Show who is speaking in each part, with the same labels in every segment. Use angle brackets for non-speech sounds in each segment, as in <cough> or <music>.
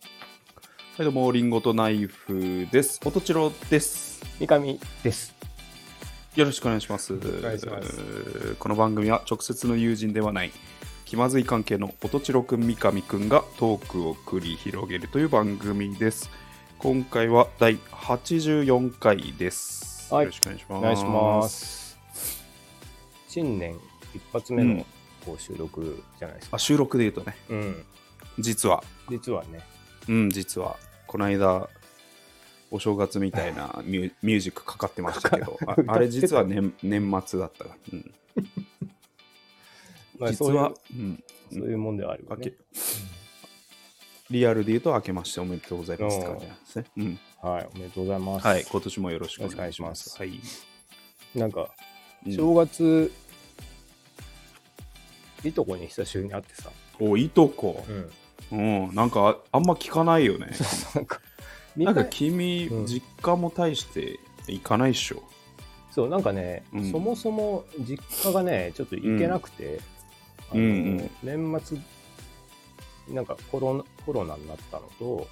Speaker 1: はい、どうも、リンゴとナイフです。おとちろです。
Speaker 2: 三上です。
Speaker 1: よろしくお願いします。
Speaker 2: 願いします
Speaker 1: えーこの番組は直接の友人ではない、気まずい関係のおとちろくん、三上くんがトークを繰り広げるという番組です。今回は第84回です。
Speaker 2: はい
Speaker 1: よろしくお願いします。
Speaker 2: お願いします。新年一発目
Speaker 1: うん
Speaker 2: のこう収録じゃないです
Speaker 1: あ
Speaker 2: か。
Speaker 1: 収録で言うとね、
Speaker 2: うん。
Speaker 1: 実は、
Speaker 2: 実はね、
Speaker 1: うん、実は、この間、お正月みたいなミューミュージックかかってましたけ
Speaker 2: <laughs>
Speaker 1: ど、ああれ実は年年末だったから。うん
Speaker 2: まあ
Speaker 1: 実は、うん、
Speaker 2: そういうそういうもんではあるよ
Speaker 1: 明
Speaker 2: ね
Speaker 1: け。リアルで言うと明けましておめでとうございますって
Speaker 2: おー
Speaker 1: 感じなんですね。うん。
Speaker 2: はい、おめでとうございます。
Speaker 1: はい、今年もよろしくお願いします。
Speaker 2: お
Speaker 1: はい。
Speaker 2: なんか、
Speaker 1: うん
Speaker 2: 正月、いとこに久しぶりに会ってさ、
Speaker 1: お、いとこ。
Speaker 2: ん。
Speaker 1: うん、なんかああんま聞かないよね。
Speaker 2: なんか、 <laughs> みん
Speaker 1: な
Speaker 2: なん
Speaker 1: か君、
Speaker 2: うん
Speaker 1: 実家も大して行かないっしょ。
Speaker 2: そう、なんかね、
Speaker 1: うん
Speaker 2: そもそも実家がね、ちょっと行けなくて、あの
Speaker 1: うん
Speaker 2: 年末、なんかコロナコロナになったのと、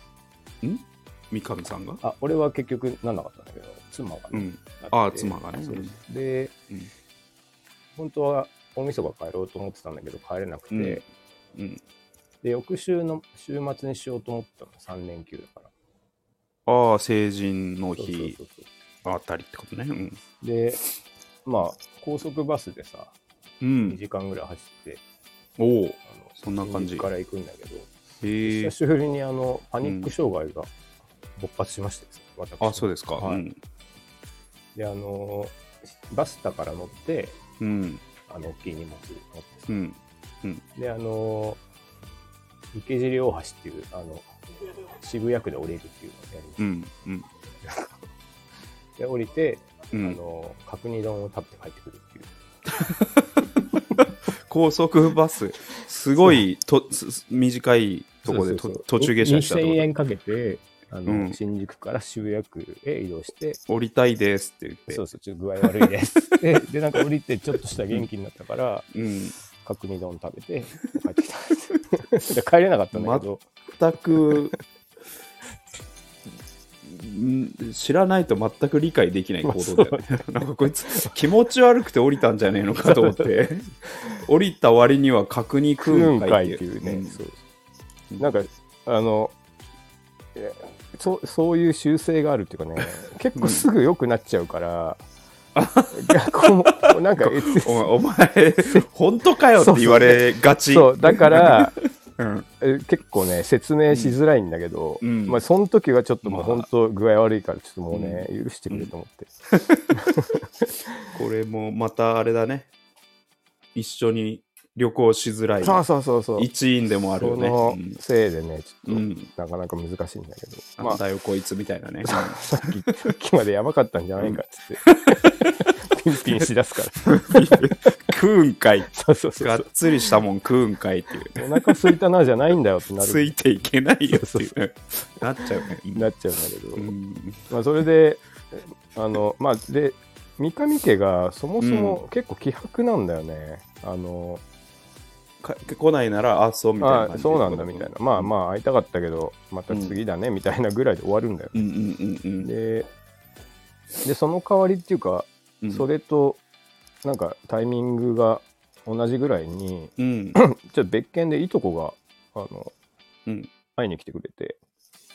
Speaker 1: 三上さんが。
Speaker 2: あ俺は結局なんなかったんだけど妻が
Speaker 1: う
Speaker 2: ね、
Speaker 1: ん。
Speaker 2: なって
Speaker 1: ああ、妻がね。
Speaker 2: そううんで、
Speaker 1: うん
Speaker 2: 本当は大晦日帰ろうと思ってたんだけど帰れなくて、
Speaker 1: うんうん、
Speaker 2: で翌週の週末にしようと思ったの3連休だから
Speaker 1: ああ、成人の
Speaker 2: そうそう
Speaker 1: 日
Speaker 2: そうそ
Speaker 1: あたりってことね。うん。
Speaker 2: うでまあ高速バスでさ
Speaker 1: う
Speaker 2: 2
Speaker 1: ん、
Speaker 2: 時間ぐらい走って、
Speaker 1: おお、へ
Speaker 2: あの
Speaker 1: そんな感じ
Speaker 2: 新宿から行くんだけど、
Speaker 1: え
Speaker 2: 久。しぶりにあのパニック障害が勃発しましてですね、私
Speaker 1: あそうですか。
Speaker 2: はい
Speaker 1: うん。
Speaker 2: であのバスタから乗って
Speaker 1: うん。
Speaker 2: あの大きい荷物持ってさ
Speaker 1: うん。
Speaker 2: であのー池尻大橋っていうあの渋谷区で降りるっていうのをやりまし
Speaker 1: うん。うん。
Speaker 2: たで降りて、
Speaker 1: う
Speaker 2: あ
Speaker 1: ん、
Speaker 2: のー角煮丼を食べて帰ってくるっていう
Speaker 1: 高速バス、すごいとすす短いとこでと
Speaker 2: そうそうそう
Speaker 1: 途中下車したとこ
Speaker 2: 2000円かけてあの、
Speaker 1: うん
Speaker 2: 新宿から渋谷区へ移動して
Speaker 1: 降りたいですって言って。
Speaker 2: そうそうちょっと具合悪
Speaker 1: <laughs>
Speaker 2: いですででなんか降りてちょっとしたら元気になったから
Speaker 1: うん、
Speaker 2: 角煮丼食べて帰ってきたんです
Speaker 1: <laughs>
Speaker 2: で帰れなかったんだけど、
Speaker 1: 全くん知らないと全く理解できない行動だよね。なんかこいつ気持ち悪くて降りたんじゃねえのかと思
Speaker 2: <laughs>
Speaker 1: って降りた割には角煮食うん
Speaker 2: 空
Speaker 1: かい
Speaker 2: 海
Speaker 1: っ
Speaker 2: ってて
Speaker 1: い
Speaker 2: いううね、
Speaker 1: うん
Speaker 2: そうなんかあのえそそういう修正があるっていう
Speaker 1: <laughs>
Speaker 2: かね結構すぐ良くなっちゃうから、逆もなん
Speaker 1: <laughs>
Speaker 2: か
Speaker 1: お前お前本当かよって言われがち。
Speaker 2: そうだ
Speaker 1: <laughs>
Speaker 2: から
Speaker 1: うん
Speaker 2: え結構ね説明しづらいんだけど、
Speaker 1: うんうん
Speaker 2: まあ、その時はちょっともう
Speaker 1: まあ
Speaker 2: 本当具合悪いからちょっともうね、許してくれと思って、
Speaker 1: これもまたあれだね。一緒に旅行しづらい。
Speaker 2: そうそうそうそう
Speaker 1: 一員でもある
Speaker 2: そ
Speaker 1: よね。
Speaker 2: の
Speaker 1: うん
Speaker 2: せいでねちょ
Speaker 1: う
Speaker 2: っと、
Speaker 1: ん
Speaker 2: なかなか難しいんだけど、ま
Speaker 1: な
Speaker 2: あ
Speaker 1: ん、
Speaker 2: <laughs>
Speaker 1: だよこいつみたいなね。
Speaker 2: さ <laughs> っき、さっきまでやばかったんじゃないかっ
Speaker 1: <laughs>
Speaker 2: つって、ピンピンしだすから。
Speaker 1: 食うんかい。
Speaker 2: そうそうそ
Speaker 1: がっ
Speaker 2: う。
Speaker 1: つりしたもん食うんかいっていう。
Speaker 2: お腹空いたなじゃないんだよってな
Speaker 1: つ
Speaker 2: る。
Speaker 1: いていけないよってい。
Speaker 2: そう
Speaker 1: なっちゃうね。
Speaker 2: なっちゃうんだけど
Speaker 1: う。ん
Speaker 2: まあ、それで、あの、まあ、で、三上家がそもそも結構希薄なんだよね。あの、
Speaker 1: か来ないなら、あ、そうみたいな
Speaker 2: あ
Speaker 1: 感じ。
Speaker 2: そうなんだみたいな。まあまあ会いたかったけど、また次だねみたいなぐらいで終わるんだよ。
Speaker 1: うんうんうんうん
Speaker 2: で、で、その代わりっていうか、
Speaker 1: うん。
Speaker 2: それと、なんかタイミングが同じぐらいに、
Speaker 1: うん。
Speaker 2: じゃあ別件でいとこがあの
Speaker 1: うん
Speaker 2: 会いに来てくれて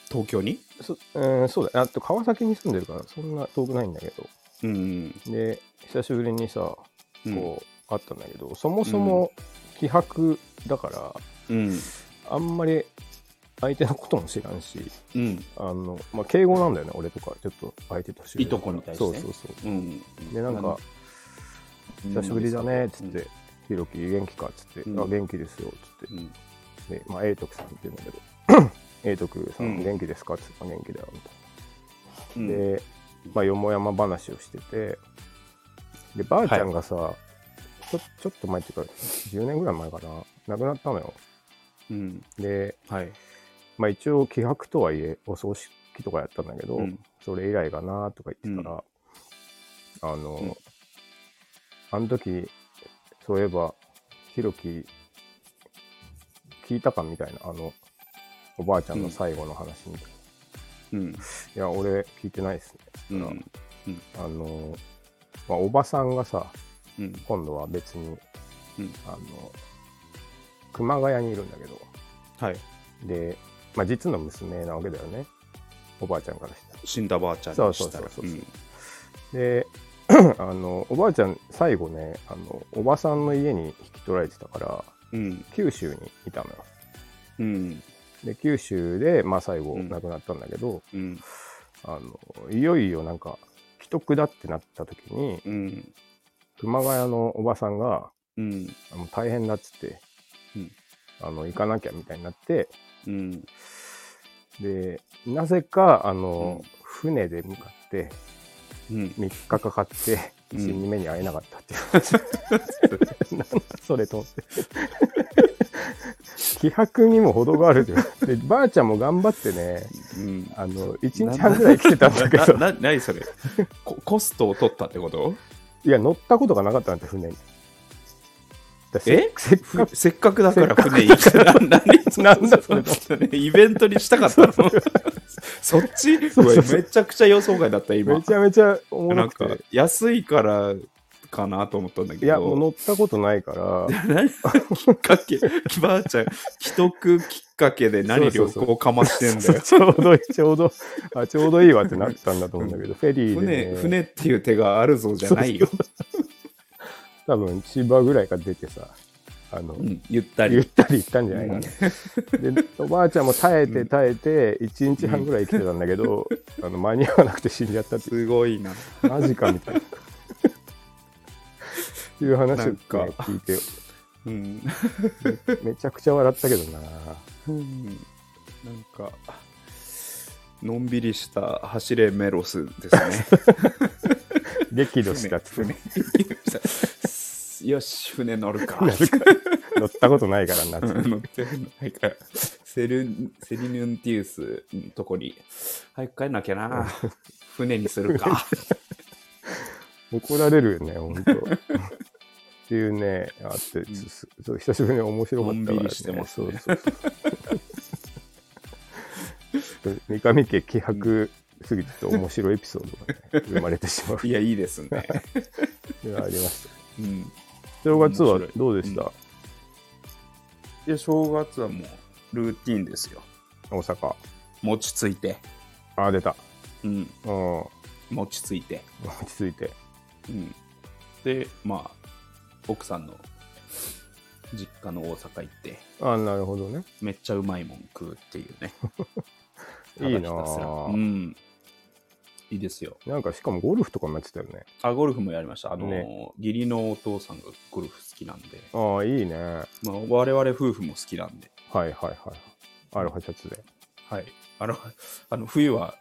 Speaker 1: 東京に
Speaker 2: そ,、うん、そうだねあと川崎に住んでるからそんな遠くないんだけど
Speaker 1: うん
Speaker 2: で久しぶりにさこ
Speaker 1: う
Speaker 2: う、
Speaker 1: ん。
Speaker 2: 会ったんだけどそもそも希薄だから、
Speaker 1: うん。
Speaker 2: あんまり相手のことも知らんし
Speaker 1: うん。
Speaker 2: あの、まあ、敬語なんだよね俺とかちょっと相手として
Speaker 1: いとこに対して
Speaker 2: そうそうそ
Speaker 1: う
Speaker 2: う
Speaker 1: ん。
Speaker 2: でなんか「久しぶりだね」っつって「ひろき元気か」っつって「
Speaker 1: うん
Speaker 2: あ元気ですよ」っつって
Speaker 1: うん。
Speaker 2: で、まあ、永徳さんっていうんだけ
Speaker 1: <clears throat>
Speaker 2: ど、永徳さ
Speaker 1: うん
Speaker 2: ん元気ですかって言ったら元気だよみたいうな。
Speaker 1: ん
Speaker 2: で、まあ、よもやま話をしてて、で、ばあちゃんがさ、ちょちょっと前っていうか、10年ぐらい前かな、亡くなったのよ。
Speaker 1: うん。
Speaker 2: で、
Speaker 1: はい。
Speaker 2: まあ、一応、気迫とはいえ、お葬式とかやったんだけど、それ以来かなとか言ってたら、あの、
Speaker 1: うん
Speaker 2: あの時、そういえば、ひろき、聞いたかみたいな、あの、おばあちゃんの最後の話みたいな。
Speaker 1: うん
Speaker 2: いや、俺、聞いてないです
Speaker 1: う
Speaker 2: ね。
Speaker 1: ん
Speaker 2: あの、まあ、おばさんがさ、
Speaker 1: うん
Speaker 2: 今度は別に、
Speaker 1: うん
Speaker 2: あの、熊谷にいるんだけど、
Speaker 1: はい
Speaker 2: で、まあ、実の娘なわけだよね。おばあちゃんからしたら。
Speaker 1: 死んだばあちゃんにしたら
Speaker 2: そうそうそうそう
Speaker 1: うん
Speaker 2: で <clears throat> あのおばあちゃん最後ねあのおばさんの家に引き取られてたから
Speaker 1: うん
Speaker 2: 九州にいたのよ
Speaker 1: うん
Speaker 2: で九州で、まあ、最後
Speaker 1: うん
Speaker 2: 亡くなったんだけど、
Speaker 1: うん
Speaker 2: あのいよいよなんか既得だってなった時に
Speaker 1: うん
Speaker 2: 熊谷のおばさんが
Speaker 1: うん
Speaker 2: あの大変だっつって、
Speaker 1: うん
Speaker 2: あの行かなきゃみたいになって
Speaker 1: うん
Speaker 2: でなぜかあの、船で向かって
Speaker 1: うん
Speaker 2: 3日かかって
Speaker 1: うん
Speaker 2: 1人目に会えなかったっていう話、
Speaker 1: <laughs>
Speaker 2: なんだそれと思って気迫にも程があるじゃんでばあちゃんも頑張ってね
Speaker 1: うん
Speaker 2: あの1日半ぐらい来てたんだけど
Speaker 1: ななな何それココストを取ったってこと
Speaker 2: いや乗ったことがなかったなんて船にだせ
Speaker 1: え
Speaker 2: せっかく
Speaker 1: ふせっかくだから船行くな何
Speaker 2: なんだそれ
Speaker 1: それイベントにしたかったのそっち
Speaker 2: そうそう
Speaker 1: うわめちゃくちゃ予想外だった今
Speaker 2: めちゃめちゃおも
Speaker 1: な
Speaker 2: ろ
Speaker 1: ん
Speaker 2: く
Speaker 1: か
Speaker 2: て
Speaker 1: 安いからかなと思ったんだけど
Speaker 2: いやもう乗ったことないから
Speaker 1: 何きっかけばあちゃん既得きっかけで何旅
Speaker 2: そうそうそう
Speaker 1: 行かましてんだよ
Speaker 2: ちょうどいい <laughs> ちょうどあちょうどいいわってなったんだと思うんだけどフェリーでね、
Speaker 1: 船船っていう手があるぞじゃないよ、
Speaker 2: 多分千葉ぐらいから出てさあの、
Speaker 1: うんゆった
Speaker 2: ゆっ
Speaker 1: り
Speaker 2: たり行ったんじゃないかな、でおばあちゃんも耐えて耐えて1日半ぐらい生きてたんだけど、あの間に合わなくて死んじゃったってい
Speaker 1: すごいな <laughs>
Speaker 2: うマジかみたいないう話をね、
Speaker 1: なんか
Speaker 2: 聞いて
Speaker 1: うん
Speaker 2: めちゃくちゃ笑ったけどな
Speaker 1: うんなんか、のんびりした走れメロス <laughs> ですね。
Speaker 2: 激怒したっつって
Speaker 1: 船。よし、船乗るか。
Speaker 2: なるから乗ったことないからなっつって
Speaker 1: 乗ってないから、セルンセリヌンティウスのとこに、早く帰んなきゃな。船にするか。
Speaker 2: 怒られるよねほんとっていうねあってちょすそう久しぶりに面白かったから、
Speaker 1: の
Speaker 2: ね、
Speaker 1: んびりしてますね
Speaker 2: そうそうそう <laughs> 三上家気迫すぎてちょっと面白いエピソードがね、生まれてしまう
Speaker 1: いや、いいですね。
Speaker 2: のがありました
Speaker 1: うん、
Speaker 2: 正月は
Speaker 1: 面白い
Speaker 2: どうでした、
Speaker 1: で、正月はもう、ルーティンですよ。
Speaker 2: 大阪
Speaker 1: 餅ついて。
Speaker 2: ああ出た
Speaker 1: うん、
Speaker 2: うん落
Speaker 1: 餅ついて。
Speaker 2: ち着いて
Speaker 1: うん、でまあ奥さんの実家の大阪行って
Speaker 2: ああなるほどね
Speaker 1: めっちゃうまいもん食うっていうねただ
Speaker 2: いい
Speaker 1: ひ
Speaker 2: な
Speaker 1: たすら
Speaker 2: あ
Speaker 1: うんいいですよ
Speaker 2: なんかしかもゴルフとかもやってたよね
Speaker 1: あゴルフもやりましたあの、
Speaker 2: ね
Speaker 1: 義理のお父さんがゴルフ好きなんで、
Speaker 2: ああいいねは
Speaker 1: まあ、我々夫婦も好きなんで
Speaker 2: いはいはいアロハシャツで
Speaker 1: はいあのあの冬は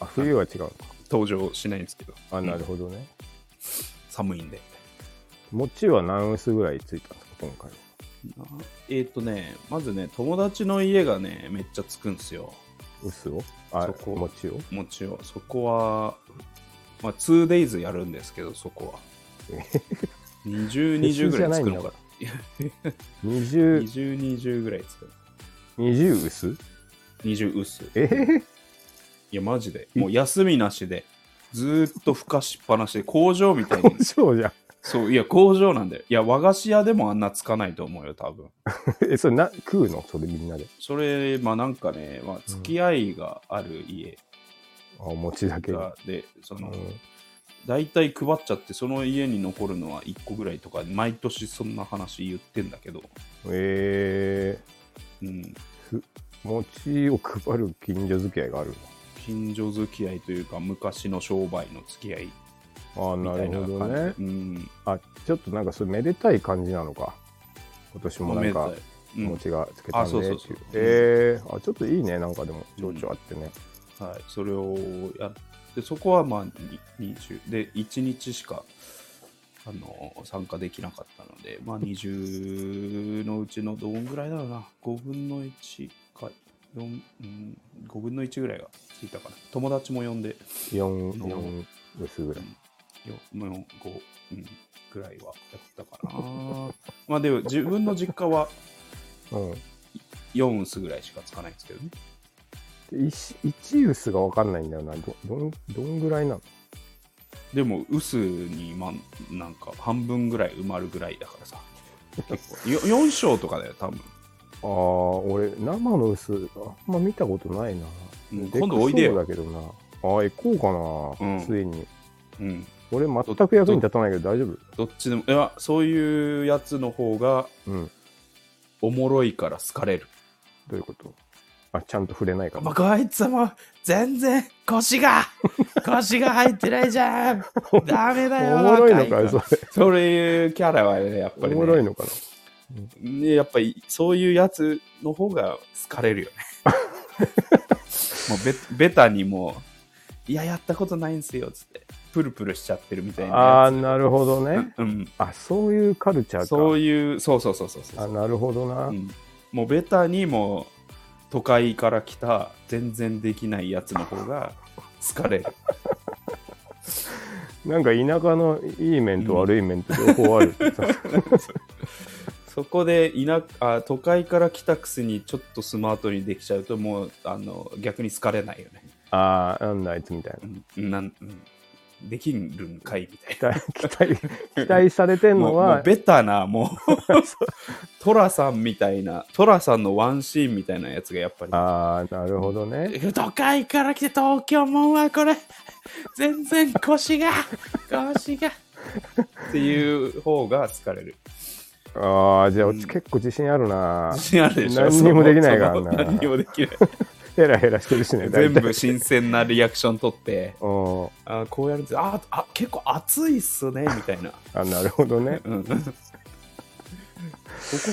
Speaker 2: あ冬は違うのか
Speaker 1: 登場しないんですけど
Speaker 2: あなるほどね、
Speaker 1: 寒いんで
Speaker 2: 餅は何薄ぐらいついたんですか今回
Speaker 1: なえっ、とねまずね友達の家がねめっちゃつくんですよ
Speaker 2: 薄をあ
Speaker 1: そこ
Speaker 2: 餅を
Speaker 1: もちろんそこは、まあ、2days やるんですけどそこは2020
Speaker 2: 20
Speaker 1: ぐらい作るのか <laughs>
Speaker 2: 2020
Speaker 1: 2020ぐらい作る
Speaker 2: 薄
Speaker 1: 20薄い
Speaker 2: え <laughs> ー、
Speaker 1: やマジでもう休みなしでずーっとふかしっぱなしで工場みた
Speaker 2: <laughs>
Speaker 1: いに
Speaker 2: そうじゃん
Speaker 1: そういや工場なんだよいや和菓子屋でもあんなつかないと思うよ多分
Speaker 2: えそれな食うのそれみんなで
Speaker 1: それまあなんかね、まあ、付き合いがある家
Speaker 2: あ餅だけ
Speaker 1: が、でその、
Speaker 2: うん
Speaker 1: 大体配っちゃってその家に残るのは1個ぐらいとか毎年そんな話言ってんだけど
Speaker 2: え
Speaker 1: うん、
Speaker 2: ー、餅を配る近所付き合いがある
Speaker 1: 近所付き合いというか昔の商売の付き合いみ
Speaker 2: ああな
Speaker 1: た
Speaker 2: る
Speaker 1: いな
Speaker 2: ほど
Speaker 1: 感じ
Speaker 2: ね
Speaker 1: うん、
Speaker 2: あちょっとなんかそれめでたい感じなのか今年もなん
Speaker 1: お
Speaker 2: か
Speaker 1: めでたいうん
Speaker 2: 餅がつけた
Speaker 1: あ
Speaker 2: ん
Speaker 1: そう
Speaker 2: で
Speaker 1: そ
Speaker 2: っ
Speaker 1: う
Speaker 2: て
Speaker 1: そ
Speaker 2: いううえー、あちょっといいねなんかでも情緒あってね、
Speaker 1: はい、それをやってそこはまあに20で1日しかあの参加できなかったので、まあ、20のうちのどんぐらいだろうな5分の1か4、うん、5分の1ぐらいがついたかな友達も呼んで
Speaker 2: 四四薄ぐらい
Speaker 1: よもう5、うん、ぐらいはやったかなまあでも自分の実家は
Speaker 2: うん
Speaker 1: 4薄ぐらいしかつかないんですけどね
Speaker 2: 一一薄が分かんないんだよな。ど、どん、どんぐらいなの
Speaker 1: でも、薄に、まあ、なんか、半分ぐらい埋まるぐらいだからさ。結構よ4章とかだよ、多分。
Speaker 2: ああ、俺、生の薄、あんま見たことないな。
Speaker 1: うん
Speaker 2: で
Speaker 1: 今度おいでよ
Speaker 2: そうだけどな。ああ、行こうか
Speaker 1: うん
Speaker 2: な、ついに。
Speaker 1: うん。
Speaker 2: 俺、全く役に立たないけど大丈夫。
Speaker 1: どっちでも、いや、そういうやつの方が、
Speaker 2: うん。
Speaker 1: おもろいから好かれる。
Speaker 2: どういうことあ、ちゃんと触れないから。
Speaker 1: まあ、こいつも、全然、腰 <laughs> が、腰が入ってないじゃん。ダメだよ。
Speaker 2: おもろいの
Speaker 1: 若
Speaker 2: か、それ。
Speaker 1: そういうキャラはね、やっぱ
Speaker 2: お
Speaker 1: り、ね、
Speaker 2: もろいのか
Speaker 1: ねやっぱりそういうやつの方が好かれるよね。 <laughs> もうベベタにもう、いや、やったことないんですよ、つって、プルプルしちゃってるみたい
Speaker 2: な。ああ
Speaker 1: な
Speaker 2: ー、なるほど
Speaker 1: や
Speaker 2: ね。
Speaker 1: つ。うん、
Speaker 2: あ、そういうカルチャーか。
Speaker 1: そういう、そうそうそうそうそ
Speaker 2: あ、
Speaker 1: う、
Speaker 2: なるほどな。
Speaker 1: うん。もうベタにもう都会から来た全然できないやつの方が好かれる。
Speaker 2: なんか田舎のいい面と悪い面と両方あるってさ、
Speaker 1: そこで田あ都会から来たくせにちょっとスマートにできちゃうともうあの逆に好かれないよね。
Speaker 2: ああ、なんだあいつみたいな。
Speaker 1: うんなんうんできるんかいみたい
Speaker 2: 期待、期待、期待されて
Speaker 1: な。
Speaker 2: ん
Speaker 1: もう
Speaker 2: の
Speaker 1: もう
Speaker 2: は、
Speaker 1: ベタな、もう <laughs> トラさんみたいな、トラさんのワンシーンみたいなやつがやっぱり。
Speaker 2: ああ、なるほどね。
Speaker 1: 都会から来て東京もんはこれ、全然腰が、腰が。っていう方が好かれる。
Speaker 2: ああ、じゃあ、
Speaker 1: うん
Speaker 2: 結構自信あ
Speaker 1: <laughs>
Speaker 2: るな
Speaker 1: 自。信あるでしょ
Speaker 2: 何にもできないから
Speaker 1: そのその
Speaker 2: な
Speaker 1: 何にもで <laughs> きない。
Speaker 2: ヘラヘラしてるしね、
Speaker 1: 全
Speaker 2: 大体。
Speaker 1: 部新鮮なリアクション取って、
Speaker 2: うん、
Speaker 1: あこうやるんですああ、結構暑いっすね、みたいな。
Speaker 2: あなるほどね。
Speaker 1: うん <laughs> こ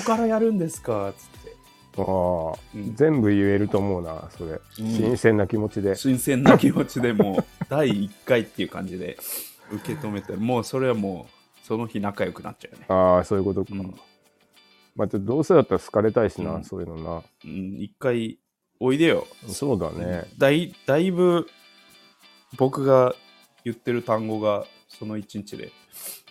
Speaker 1: こからやるんですかつって。
Speaker 2: ああ、
Speaker 1: うん
Speaker 2: 全部言えると思うな、それ。新鮮な気持ちで。
Speaker 1: 新鮮な気持ちでもう <laughs> 第1回っていう感じで受け止めて、もうそれはもうその日仲良くなっちゃうよね。
Speaker 2: ああ、そういうことか。
Speaker 1: うん
Speaker 2: まあ、ちょっとどうせだったら好かれたいしな、
Speaker 1: うん
Speaker 2: そういうのな。
Speaker 1: うん、1回おいでよ。
Speaker 2: そうだね。
Speaker 1: だいだいぶ僕が言ってる単語がその1日で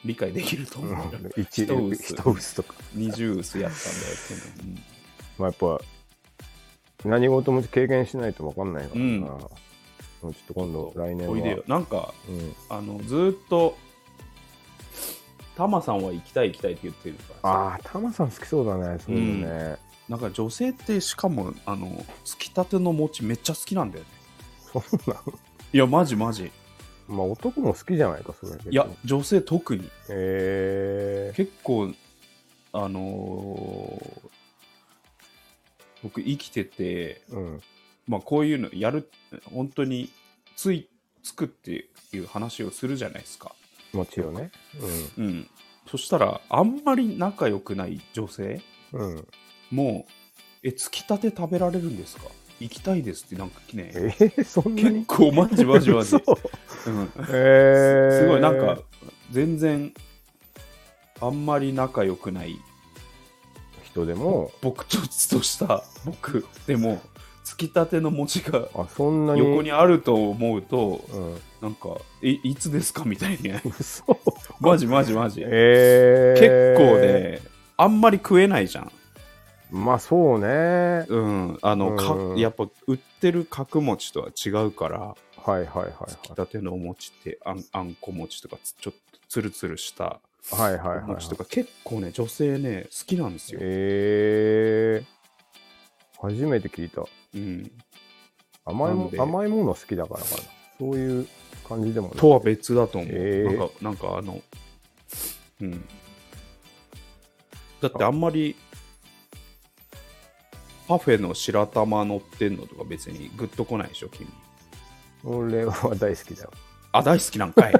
Speaker 1: 理解できると思うよ。
Speaker 2: うん一
Speaker 1: 一薄
Speaker 2: 一薄とか。
Speaker 1: 二重薄やったんだよ
Speaker 2: まあやっぱ何事も経験しないと分かんないからな、
Speaker 1: うん
Speaker 2: もうちょっと今度来
Speaker 1: っていうのは。
Speaker 2: 年は
Speaker 1: おいでよ。なんか
Speaker 2: うん、
Speaker 1: あのずーっとタマさんは行きたい行きたいって言ってるからさ
Speaker 2: ああタマさん好きそうだねそういうのね、
Speaker 1: なんか女性ってしかもあのつきたての餅めっちゃ好きなんだよね
Speaker 2: そんない
Speaker 1: やマジマジ
Speaker 2: まあ男も好きじゃないかそれ
Speaker 1: いや女性特に
Speaker 2: え
Speaker 1: 結構あのー僕生きてて
Speaker 2: ー、うん
Speaker 1: まあこういうのやる本当についつくっていう話をするじゃないですか
Speaker 2: もちろんね
Speaker 1: うんそしたらあんまり仲良くない女性
Speaker 2: うんうん
Speaker 1: もう、え、つきたて食べられるんですか行きたいですって、なんか
Speaker 2: え
Speaker 1: ね、
Speaker 2: ー、そんな
Speaker 1: 結
Speaker 2: に
Speaker 1: 構マジマジマジ。
Speaker 2: <laughs> そう
Speaker 1: うん
Speaker 2: えー、
Speaker 1: すごい、なんか、全然、あんまり仲良くない、
Speaker 2: 人でも
Speaker 1: 僕とつと
Speaker 2: <laughs>
Speaker 1: した僕でも、つきたての餅が
Speaker 2: あそんなに
Speaker 1: 横にあると思うと、
Speaker 2: うん
Speaker 1: なんか、え、いつですかみた
Speaker 2: <laughs>
Speaker 1: いな。
Speaker 2: 嘘
Speaker 1: マジマジマジ。
Speaker 2: えー、
Speaker 1: 結構ね、あんまり食えないじゃん。
Speaker 2: まあそうねはい
Speaker 1: うん。あの、
Speaker 2: う
Speaker 1: か
Speaker 2: ん
Speaker 1: やっぱ、売ってる角餅とは違うから、
Speaker 2: はいはい
Speaker 1: つきたてのお餅ってあんあんこ餅とかつちょっとつるつるした
Speaker 2: は
Speaker 1: お
Speaker 2: いはいはいはい
Speaker 1: 餅とか結構ね女性ね好きなんですよ、
Speaker 2: えー、初めて聞いた
Speaker 1: うん、
Speaker 2: 甘い
Speaker 1: なん
Speaker 2: も
Speaker 1: で
Speaker 2: 甘いもの好きだからかなそういう感じでもない
Speaker 1: とは別だと思う、
Speaker 2: えー
Speaker 1: なんかなんかあのうんだってあんまりパフェの白玉乗ってんのとか別にグッとこないでしょ君
Speaker 2: 俺は大好きだよ <laughs>
Speaker 1: あ大好きなんかい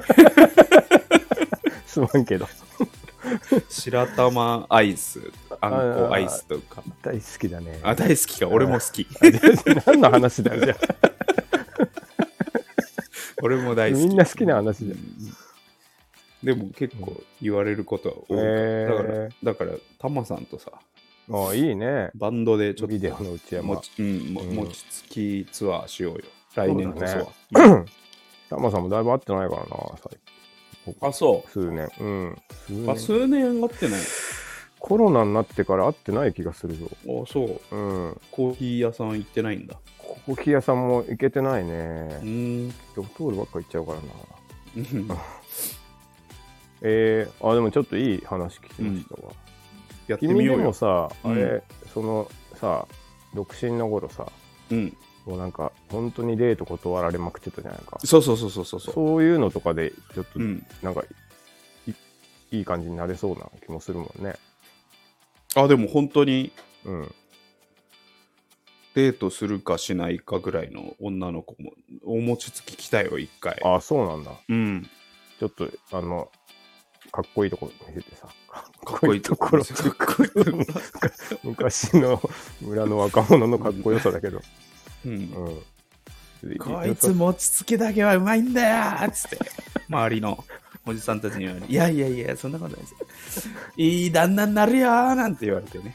Speaker 2: すまんけど
Speaker 1: 白玉アイスあんこアイスとか
Speaker 2: 大好きだね
Speaker 1: あ大好きか俺も好
Speaker 2: <laughs>
Speaker 1: き
Speaker 2: 何の話だ
Speaker 1: <laughs>
Speaker 2: よじゃ
Speaker 1: 俺も
Speaker 2: あ
Speaker 1: 大好き
Speaker 2: みんな好きな話だよ
Speaker 1: でも結構言われることは多いから、
Speaker 2: へー
Speaker 1: だからだからタマさんとさ
Speaker 2: ああいいね
Speaker 1: バンドでちょっ
Speaker 2: ビデオ
Speaker 1: と
Speaker 2: の内山
Speaker 1: もち、うん、も
Speaker 2: うん
Speaker 1: 餅つきツアーしようよ来年こそは、
Speaker 2: そうタマさんもだいぶ会ってないからな最近
Speaker 1: あそ
Speaker 2: 数年うん数
Speaker 1: うあ
Speaker 2: 年
Speaker 1: 数年会ってない
Speaker 2: コロナになってから会ってない気がするぞ。
Speaker 1: あそう
Speaker 2: うん。
Speaker 1: コーヒー屋さん行ってないんだ
Speaker 2: コーヒー屋さんも行けてないうね。
Speaker 1: ん
Speaker 2: ドトールばっか行っちゃうからな。
Speaker 1: うん
Speaker 2: えー、あ、でもちょっといい話聞きましたわ。
Speaker 1: やってみ
Speaker 2: 君
Speaker 1: よ
Speaker 2: で
Speaker 1: う
Speaker 2: も
Speaker 1: よ
Speaker 2: さ、
Speaker 1: うん
Speaker 2: あれ、そのさ、独身の頃さ、
Speaker 1: うん
Speaker 2: もうなんか、本当にデート断られまくってたじゃないか。
Speaker 1: そうそうそうそうそうそう
Speaker 2: そういうのとかで、ちょっと、
Speaker 1: うん
Speaker 2: なんかい、いい感じになれそうな気もするもんね。
Speaker 1: あでも本当に
Speaker 2: うん。
Speaker 1: デートするかしないかぐらいの女の子もお餅つき来たよ一回
Speaker 2: あ、そうなんだ。
Speaker 1: うん
Speaker 2: ちょっと、あの、かっこいいところ見せてさ。か
Speaker 1: <laughs> かっこいいところ
Speaker 2: っ
Speaker 1: かっこいいところ
Speaker 2: <laughs> 昔の村の若者のかっこよさだけど。
Speaker 1: <laughs> うん
Speaker 2: うん。
Speaker 1: こいつ餅つきだけはうまいんだよーっつって、 <laughs> 周りのおじさんたちに言われて、いやいやいや、そんなことないですよ。いい旦那になるよーなんて言われてね。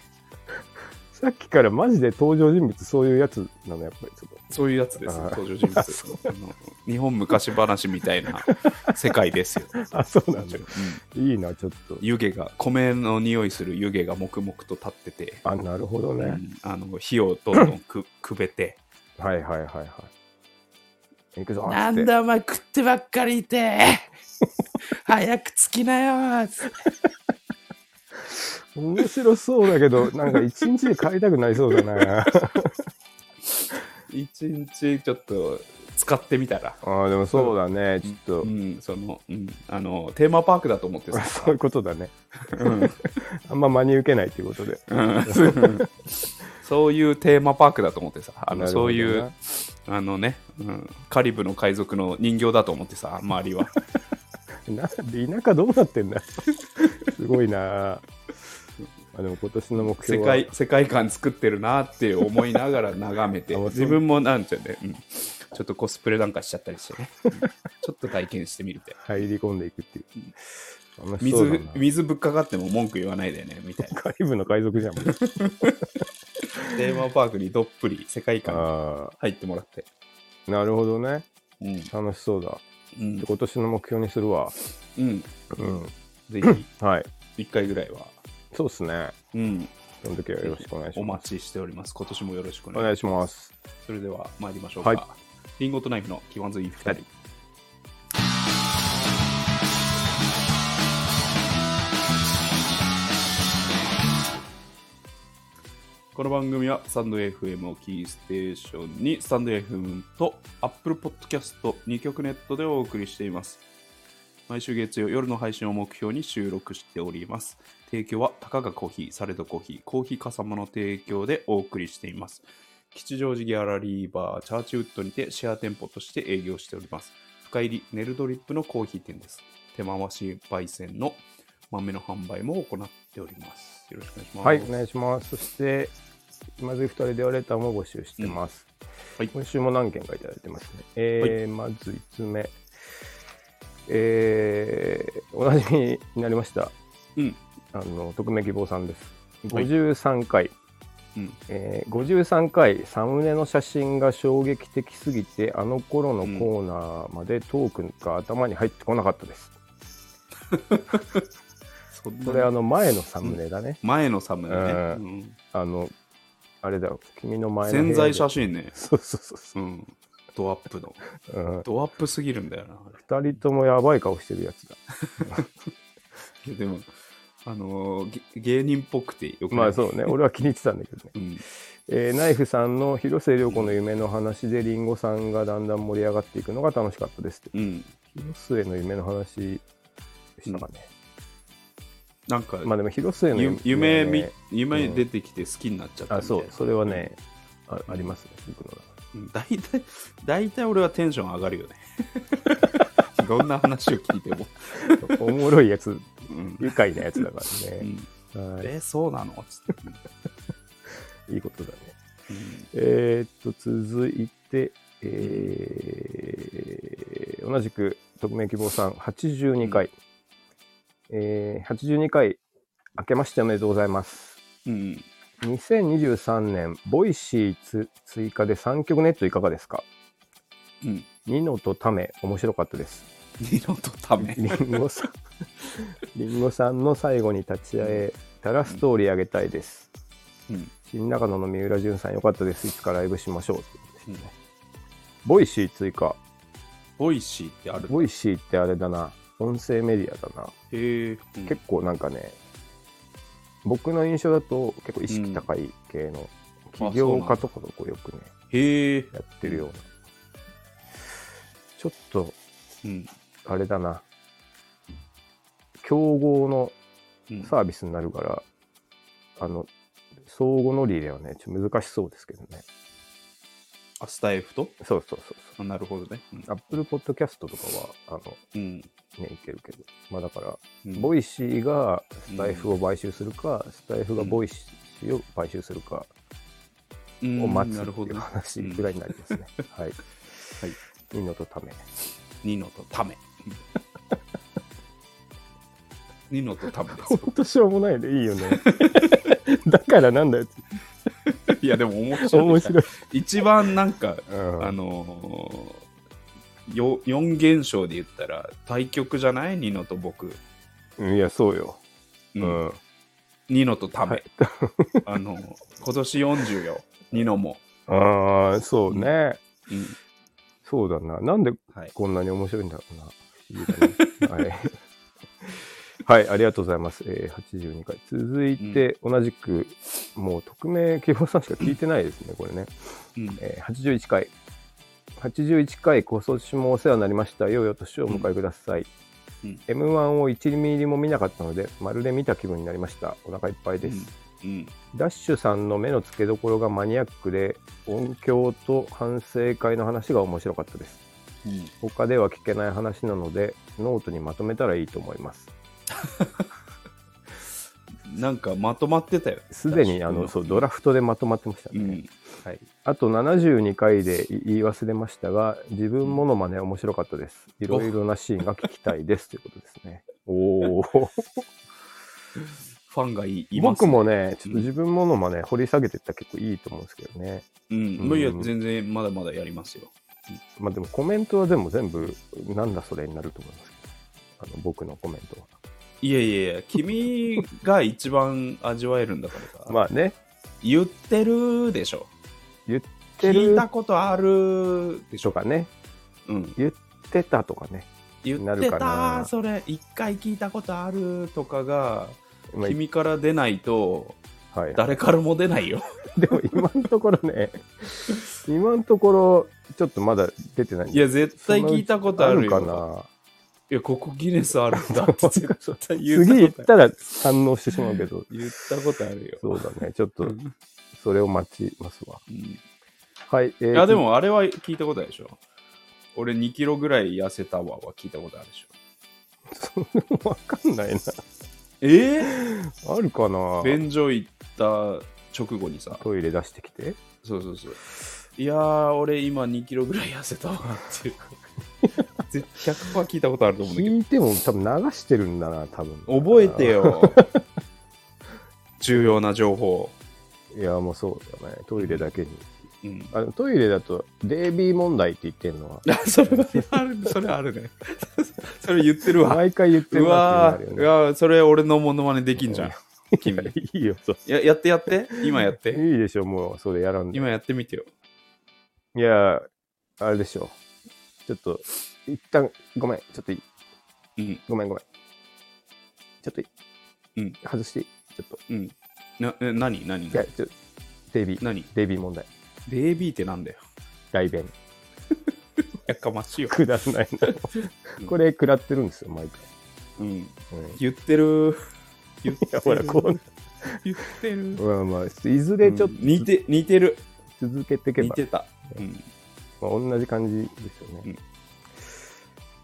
Speaker 2: さっきからマジで登場人物そういうやつなの、やっぱりちょっ
Speaker 1: そういうやつです、
Speaker 2: あー
Speaker 1: 登場人 <laughs> 物あの。日本昔話みたい <laughs> な世界ですよ。
Speaker 2: と。あ、そうなんだ
Speaker 1: うん。
Speaker 2: いいな、ちょっと。
Speaker 1: 湯気が、米の匂いする湯気が黙々と立ってて、
Speaker 2: あ、なるほど
Speaker 1: う
Speaker 2: ね。
Speaker 1: んあの火をどん <laughs> どんくくべて、
Speaker 2: はいはいはいはい。行くぞーっつ
Speaker 1: な
Speaker 2: って
Speaker 1: んだお前食ってばっかりい <laughs> て、早くつきなよーっつって
Speaker 2: 面白そうだけど、なんか一日で帰りたくなりそうだ <laughs> な。
Speaker 1: 一日ちょっと使ってみたら。
Speaker 2: ああ、でもそうだね。ちょっ
Speaker 1: うん、その、うん、あの、テーマパークだと思って
Speaker 2: と、。
Speaker 1: さ
Speaker 2: そういうことだね。
Speaker 1: うん
Speaker 2: <laughs> あんま真に受けないっていうことで。
Speaker 1: うん <laughs> そういうテーマパークだと思ってさ、あ
Speaker 2: な
Speaker 1: の、
Speaker 2: るほど
Speaker 1: そう
Speaker 2: ね
Speaker 1: いう、あのね、うん、カリブの海賊の人形だと思ってさ、周
Speaker 2: <laughs>
Speaker 1: りは。
Speaker 2: なんで田舎どうなってんだすごいなあでも今年の目
Speaker 1: 世
Speaker 2: 標は
Speaker 1: 界、世界観作ってるなって思いながら眺めて、
Speaker 2: あそう
Speaker 1: 自分もなんちゃうね、うん、ちょっとコスプレなんかしちゃったり
Speaker 2: <laughs>
Speaker 1: してね、うんちょっと体験してみるって。
Speaker 2: 入り込んでいくっていう楽しそうだ
Speaker 1: 水
Speaker 2: な、
Speaker 1: 水ぶっかかっても文句言わないでね、みたい
Speaker 2: <laughs>
Speaker 1: な。
Speaker 2: カリブの海賊じゃんもう
Speaker 1: テーマパークにどっぷり世界観
Speaker 2: あ
Speaker 1: 入ってもらって。
Speaker 2: あなるほどね
Speaker 1: うん。
Speaker 2: 楽しそうだ
Speaker 1: うん。
Speaker 2: 今年の目標にするわ
Speaker 1: うん。
Speaker 2: うん
Speaker 1: ぜひ。
Speaker 2: はい
Speaker 1: 1回ぐらいは、
Speaker 2: そうですね
Speaker 1: うん、
Speaker 2: その時はよろしくお願いし
Speaker 1: お
Speaker 2: ます
Speaker 1: 待ちしております。今年もよろしくお
Speaker 2: お
Speaker 1: 願いし
Speaker 2: 願
Speaker 1: ま
Speaker 2: いします
Speaker 1: す。それでは参りましょうか。
Speaker 2: はい
Speaker 1: リンゴとナイフの気まずい2人。この番組はサンド FM をキーステーションにサンド FM と Apple Podcast2 曲ネットでお送りしています。毎週月曜夜の配信を目標に収録しております。提供はたかがコーヒー、されどコーヒー、コーヒーかさまの提供でお送りしています。吉祥寺ギャラリーバーチャーチウッドにてシェア店舗として営業しております。深入りネルドリップのコーヒー店です。手回し焙煎の豆の販売も行っております。よろしくお願いします。
Speaker 2: はいお願いしますそして気まずい2人ではレターも募集してます、
Speaker 1: うんはい
Speaker 2: 今週も何件かいただいてますね、えーまず5つ目えー、おなじみになりました
Speaker 1: うん。
Speaker 2: あの匿名希望さんです
Speaker 1: はい
Speaker 2: 53回、
Speaker 1: うん。
Speaker 2: えー53回サムネの写真が衝撃的すぎてあの頃のコーナーまでトークが頭に入ってこなかったです、
Speaker 1: そん
Speaker 2: これあ
Speaker 1: な
Speaker 2: の前のサムネだね、
Speaker 1: 前のサムネね。
Speaker 2: うん
Speaker 1: うん
Speaker 2: あのあれだよ君の前の部
Speaker 1: 潜
Speaker 2: 屋で
Speaker 1: 在写真ね。
Speaker 2: そうそうそうそう
Speaker 1: うん。ドアップの。
Speaker 2: うん
Speaker 1: ドアップすぎるんだよな。あ
Speaker 2: 二人ともやばい顔してるやつだ。
Speaker 1: れいやでも、あのーげ芸人っぽくてよくない
Speaker 2: まあそうね、俺は気に入ってたんだけどね。
Speaker 1: うん。
Speaker 2: えーナイフさんの広末涼子の夢の話で、リンゴさんがだんだん盛り上がっていくのが楽しかったですって。
Speaker 1: うん。
Speaker 2: 広末の夢の話したかね。
Speaker 1: なんか、
Speaker 2: まあでも広末の
Speaker 1: ゆ
Speaker 2: は
Speaker 1: 夢
Speaker 2: ね
Speaker 1: み、夢出てきて好きになっちゃった
Speaker 2: あ、
Speaker 1: みたい
Speaker 2: そ
Speaker 1: な
Speaker 2: う、それはね、あありますね、僕の中で
Speaker 1: うん大体、大体俺はテンション上がるよ
Speaker 2: <laughs>
Speaker 1: ね。どんな話を聞いても。
Speaker 2: おもろいやつ、
Speaker 1: うん
Speaker 2: 愉快なやつだから
Speaker 1: う
Speaker 2: ね。
Speaker 1: ん
Speaker 2: は
Speaker 1: え、そうなのつって
Speaker 2: い、いいことだね。
Speaker 1: うん
Speaker 2: えーっと、続いて、えー同じく、匿名希望さん、82回。えー82回、明けましておめでとうございます。
Speaker 1: うん。
Speaker 2: 2023年、ボイシーつ追加で3曲ネットいかがですか
Speaker 1: うん。
Speaker 2: ニノとタメ、面白かったです。
Speaker 1: 二度とため。
Speaker 2: リンゴさん、リンゴさんの最後に立ち会え、たらストーリーあげたいです。
Speaker 1: うん
Speaker 2: 新中野の三浦淳さんよかったです。いつかライブしましょうってことです
Speaker 1: う
Speaker 2: ね。ボイシー追加。
Speaker 1: ボイシーってある
Speaker 2: ボイシーってあれだな。音声メディアだな。
Speaker 1: へえ、うん
Speaker 2: 結構なんかね、僕の印象だと結構意識高い系の起業家とかがこうよくね、
Speaker 1: へえ、
Speaker 2: やってるような。ちょっと、
Speaker 1: うん
Speaker 2: あれだな。競合の
Speaker 1: うん、
Speaker 2: サービスになるから、あの、相互乗り入れはね、ちょっと難しそうですけどね。
Speaker 1: あスタイフと
Speaker 2: そうそうそう
Speaker 1: あなるほどね、うん
Speaker 2: そう。Apple Podcast とかは、あ
Speaker 1: うん
Speaker 2: の、ね、いけるけど。まあだから、
Speaker 1: うん
Speaker 2: ボイシーがスタイフを買収するか、スタイフがボイシーを買収するか
Speaker 1: うん
Speaker 2: を待つ
Speaker 1: な
Speaker 2: っ
Speaker 1: る
Speaker 2: て
Speaker 1: ほ
Speaker 2: い
Speaker 1: ど
Speaker 2: う
Speaker 1: ね
Speaker 2: 話
Speaker 1: うん
Speaker 2: ぐらいになりますね。はい。
Speaker 1: はい
Speaker 2: いのとため。
Speaker 1: ニノとタメ
Speaker 2: <laughs>
Speaker 1: ニノとタメ
Speaker 2: <laughs>
Speaker 1: ですよ
Speaker 2: ほんとしょうもないでいいよね。 <laughs> だからなんだよ。
Speaker 1: いやでも面白い
Speaker 2: 面白い。
Speaker 1: 一番なんか
Speaker 2: うん
Speaker 1: あのー、よ4現象で言ったら対局じゃないニノと僕、
Speaker 2: うんいや、そうよ。
Speaker 1: う
Speaker 2: うんん。
Speaker 1: ニノとタメ、
Speaker 2: はい <laughs>
Speaker 1: あのー今年40よニノも、
Speaker 2: ああ、そうね。
Speaker 1: うん
Speaker 2: そうだな。なんで
Speaker 1: はい、
Speaker 2: こんなに面白いんだろうな。不思議だね <laughs> はい。はい、ありがとうございます。えー、82回。続いて、同じく、もう匿名希望さんしか聞いてないですね、これね。
Speaker 1: うん
Speaker 2: えー、81回。81回、今年もお世話になりました。よいよ年をお迎えください。
Speaker 1: うん
Speaker 2: M1 を1ミリも見なかったので、まるで見た気分になりました。お腹いっぱいです。
Speaker 1: うん
Speaker 2: ダッシュさんの目の付けどころがマニアックで、音響と反省会の話が面白かったです。
Speaker 1: うん
Speaker 2: 他では聞けない話なのでノートにまとめたらいいと思います
Speaker 1: なんかまとまってたよ
Speaker 2: すでにあ
Speaker 1: う
Speaker 2: の
Speaker 1: ん
Speaker 2: そうドラフトでまとまってました
Speaker 1: う
Speaker 2: ね、
Speaker 1: ん
Speaker 2: はい、あと72回で言い忘れましたが自分モノマネ面白かったですいろいろなシーンが聞きたいですということです
Speaker 1: <laughs>
Speaker 2: ねおお
Speaker 1: ファンがいいいます
Speaker 2: <laughs> 僕もねちょっと自分モノマネ掘り下げてったら結構いいと思うんですけどね
Speaker 1: うん、
Speaker 2: うん
Speaker 1: いや全然まだまだやりますよ
Speaker 2: まあでもコメントは全部全部なんだそれになると思いますけどあの僕のコメント
Speaker 1: いやいやいや君が一番味わえるんだから
Speaker 2: は
Speaker 1: さ、
Speaker 2: <laughs> まあね
Speaker 1: 言ってるでしょ
Speaker 2: 言って
Speaker 1: 聞い
Speaker 2: る
Speaker 1: たことあるでし
Speaker 2: と
Speaker 1: ょ、
Speaker 2: かね
Speaker 1: うん、
Speaker 2: 言ってたとかね、
Speaker 1: 言
Speaker 2: な
Speaker 1: って
Speaker 2: るか
Speaker 1: た
Speaker 2: な
Speaker 1: それ一回聞いたことあるとかが
Speaker 2: まあ
Speaker 1: 君から出ないと
Speaker 2: はい、
Speaker 1: 誰からも出ないよ
Speaker 2: <laughs> でも今のところ
Speaker 1: <laughs>
Speaker 2: ね、今のところ、ちょっとまだ出てない。
Speaker 1: いや絶対聞いたことあるよ
Speaker 2: かない
Speaker 1: やここギネスあるんだ
Speaker 2: <laughs>
Speaker 1: って絶対言
Speaker 2: 次行
Speaker 1: っ
Speaker 2: った
Speaker 1: ことある、
Speaker 2: たら反応してしまうけど
Speaker 1: 言ったことあるよ
Speaker 2: そうだね、ちょっと
Speaker 1: うん
Speaker 2: それを待ちますわ。
Speaker 1: うん
Speaker 2: はい、えー
Speaker 1: いやで、もあれは聞いたことあるでしょ俺2キロぐらい痩せたわは聞いたことあるでしょ
Speaker 2: それもわかんないな。
Speaker 1: え
Speaker 2: あるかな
Speaker 1: ー、便所行った直後にさ
Speaker 2: トイレ出してきて。
Speaker 1: そうそうそういやー俺今2キロぐらい痩せたわっていう
Speaker 2: <laughs>
Speaker 1: 絶対100%聞いたことあると思うんだけど
Speaker 2: 聞いても多分流してるんだな、多分。
Speaker 1: 覚えて。よ <laughs> 重要な情報、
Speaker 2: いや、もうそうだね。トイレだけに。 <laughs>
Speaker 1: うん、
Speaker 2: あのトイレだと、デイビー問題って言ってるのは、
Speaker 1: それはあるそれはあるね <laughs> それ言ってるわ
Speaker 2: 毎回言っ
Speaker 1: う
Speaker 2: てるなっ
Speaker 1: わ
Speaker 2: てい
Speaker 1: ー
Speaker 2: うの
Speaker 1: う
Speaker 2: があ
Speaker 1: わーそれ俺のモノマネできんじゃん君
Speaker 2: るよね。いいよ、そう。
Speaker 1: ややってやって今やって
Speaker 2: いいでしょ、もう、それやらんで。
Speaker 1: 今やってみてよ
Speaker 2: いや、あれでしょ。ちょっと、一旦、ごめん、ちょっとい
Speaker 1: う
Speaker 2: い、
Speaker 1: ん
Speaker 2: ごめん、ごめん。ちょっといい、
Speaker 1: うん
Speaker 2: 外していい、ちょっと、
Speaker 1: うんなえ何何
Speaker 2: いや、ちょっと、デイビー、
Speaker 1: 何
Speaker 2: デイビー問題、
Speaker 1: デイビーってなんだよ
Speaker 2: 代弁、
Speaker 1: やかましいよ、
Speaker 2: くだらない
Speaker 1: うん
Speaker 2: な。これ、食らってるんですよ、毎回。
Speaker 1: うん、 <laughs>
Speaker 2: うん、い
Speaker 1: 言ってる言って
Speaker 2: や、
Speaker 1: る
Speaker 2: ほら、こう、
Speaker 1: 言ってる
Speaker 2: まあまあ、いずれちょっと
Speaker 1: うん似て似てる
Speaker 2: 続けていけ
Speaker 1: 似
Speaker 2: ば、
Speaker 1: てた、うん、
Speaker 2: まあ、同じ感じですよね。
Speaker 1: うん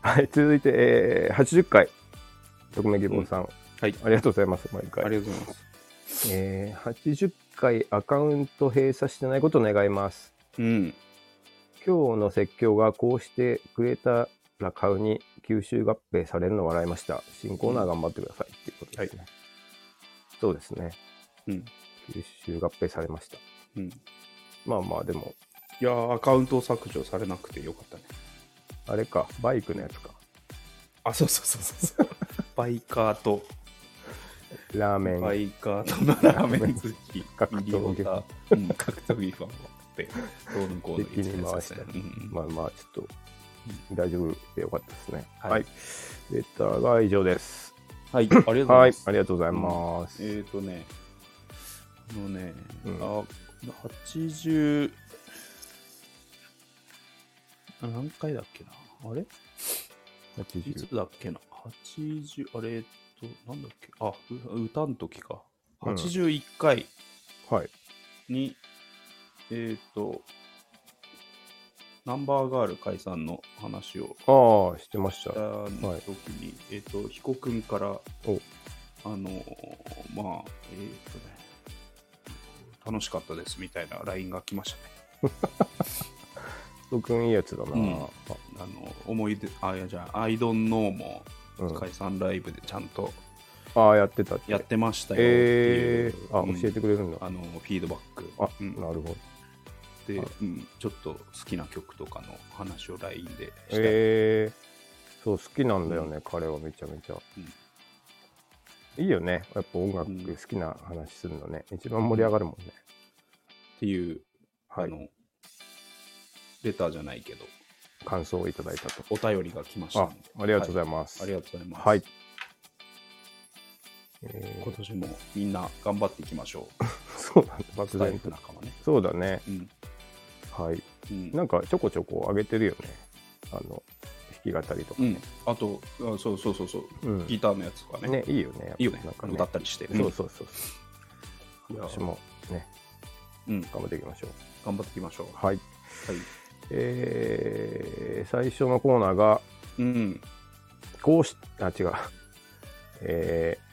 Speaker 2: はい、続いて、えー、80回、匿名希望さん,、
Speaker 1: はい
Speaker 2: ありがとうございます、毎回
Speaker 1: あ。りがとうございます
Speaker 2: えー、80回アカウント閉鎖してないことを願います。
Speaker 1: うん
Speaker 2: 今日の説教がこうしてくれたら買うに吸収合併されるのを笑いました。新コーナー頑張ってくださいっていうことですね。そうですね。
Speaker 1: うん
Speaker 2: 吸収合併されました。
Speaker 1: うん
Speaker 2: まあまあでも、
Speaker 1: いやーアカウントを削除されなくてよかったね。
Speaker 2: あれか、バイクのやつか。
Speaker 1: <laughs> あ、そうそうそうそうそう。バイカーと
Speaker 2: ラーメン。
Speaker 1: バイカーとのラー <laughs> メン好き、
Speaker 2: 格闘技
Speaker 1: 右オタうん、格闘技ファンもあって、どうのこうの
Speaker 2: 敵に回したり
Speaker 1: うんうん
Speaker 2: まあまあ、ちょっと、大丈夫でよかったですね。
Speaker 1: はい
Speaker 2: はい。レターが以上です。
Speaker 1: はい、ありがとうござ
Speaker 2: はいい
Speaker 1: ま。す。
Speaker 2: ありがとうございます。
Speaker 1: えっ、ー、とね、あのね、
Speaker 2: うん
Speaker 1: あ、80、あ何回だっけなあれい
Speaker 2: 80
Speaker 1: つだっけな ?80、あれ、えっと、なんだっけあ、う歌の時か。
Speaker 2: うん
Speaker 1: 81回
Speaker 2: はい。
Speaker 1: に、えっ、と、ナンバーガール解散の話を
Speaker 2: ああ、してました
Speaker 1: した。時に、えっ、と、彦君から、
Speaker 2: お
Speaker 1: あのーまあ、えっ、とね、楽しかったですみたいな LINE が来ましたね。
Speaker 2: 僕んいいやつだな。
Speaker 1: うんあの思い出、あ、いやじゃあ、アイドンノーも
Speaker 2: うん
Speaker 1: 解散ライブでちゃんと
Speaker 2: ああ、やってたって。
Speaker 1: やってましたよっていう、
Speaker 2: ええあ、教えてくれるんだ。
Speaker 1: あのフィードバック
Speaker 2: あ、
Speaker 1: うん
Speaker 2: なるほど。
Speaker 1: で
Speaker 2: はい
Speaker 1: うん、ちょっと好きな曲とかの話を LINE でしたり
Speaker 2: ええそう、好きなんだよね、彼はめちゃめちゃ。いいよね。やっぱ音楽好きな話するのね。一番盛り上がるもんね。
Speaker 1: っていう、
Speaker 2: は
Speaker 1: あ
Speaker 2: い。
Speaker 1: のレターじゃないけど
Speaker 2: 感想をいただいたと。
Speaker 1: お便りが来ました
Speaker 2: あ
Speaker 1: んで、
Speaker 2: ありがとうござ
Speaker 1: はい
Speaker 2: ます。
Speaker 1: ありがとうございます、
Speaker 2: はいえ
Speaker 1: 今年もみんな頑張っていきましょう
Speaker 2: ー <laughs> そうなんだ。
Speaker 1: ス
Speaker 2: 漠
Speaker 1: タイ
Speaker 2: 然
Speaker 1: フ
Speaker 2: と。
Speaker 1: 仲間ね
Speaker 2: そうだね。
Speaker 1: うん
Speaker 2: はい。
Speaker 1: うん
Speaker 2: なんかちょこちょこ上げてるよね。あの、弾き語りとか
Speaker 1: う
Speaker 2: ね
Speaker 1: ん。、あとあそうそうそうそう、
Speaker 2: うん
Speaker 1: ギターのやつとかね
Speaker 2: ね、いいよね。
Speaker 1: いいよね
Speaker 2: なんか
Speaker 1: 歌ったりして
Speaker 2: そうそうそう。
Speaker 1: うんいや
Speaker 2: 今年もね、
Speaker 1: うん、
Speaker 2: 頑張っていきましょう。
Speaker 1: 頑張っていきましょうは
Speaker 2: はい。
Speaker 1: い、
Speaker 2: えー最初のコーナーが、
Speaker 1: うん
Speaker 2: こうし、あ、違う。 <laughs> えー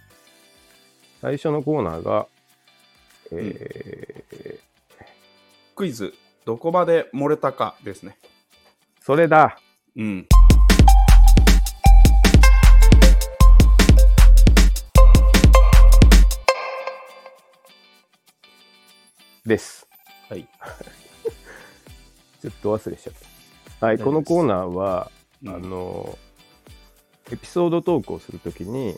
Speaker 2: 最初のコーナーが、えー
Speaker 1: クイズどこまで漏れたかですね
Speaker 2: それだ
Speaker 1: うん
Speaker 2: です。
Speaker 1: はい、
Speaker 2: ちょっと忘れしちゃった。はい、
Speaker 1: 大丈夫です
Speaker 2: このコーナーは、
Speaker 1: うん
Speaker 2: あの、エピソードトークをするとき
Speaker 1: <laughs>
Speaker 2: に、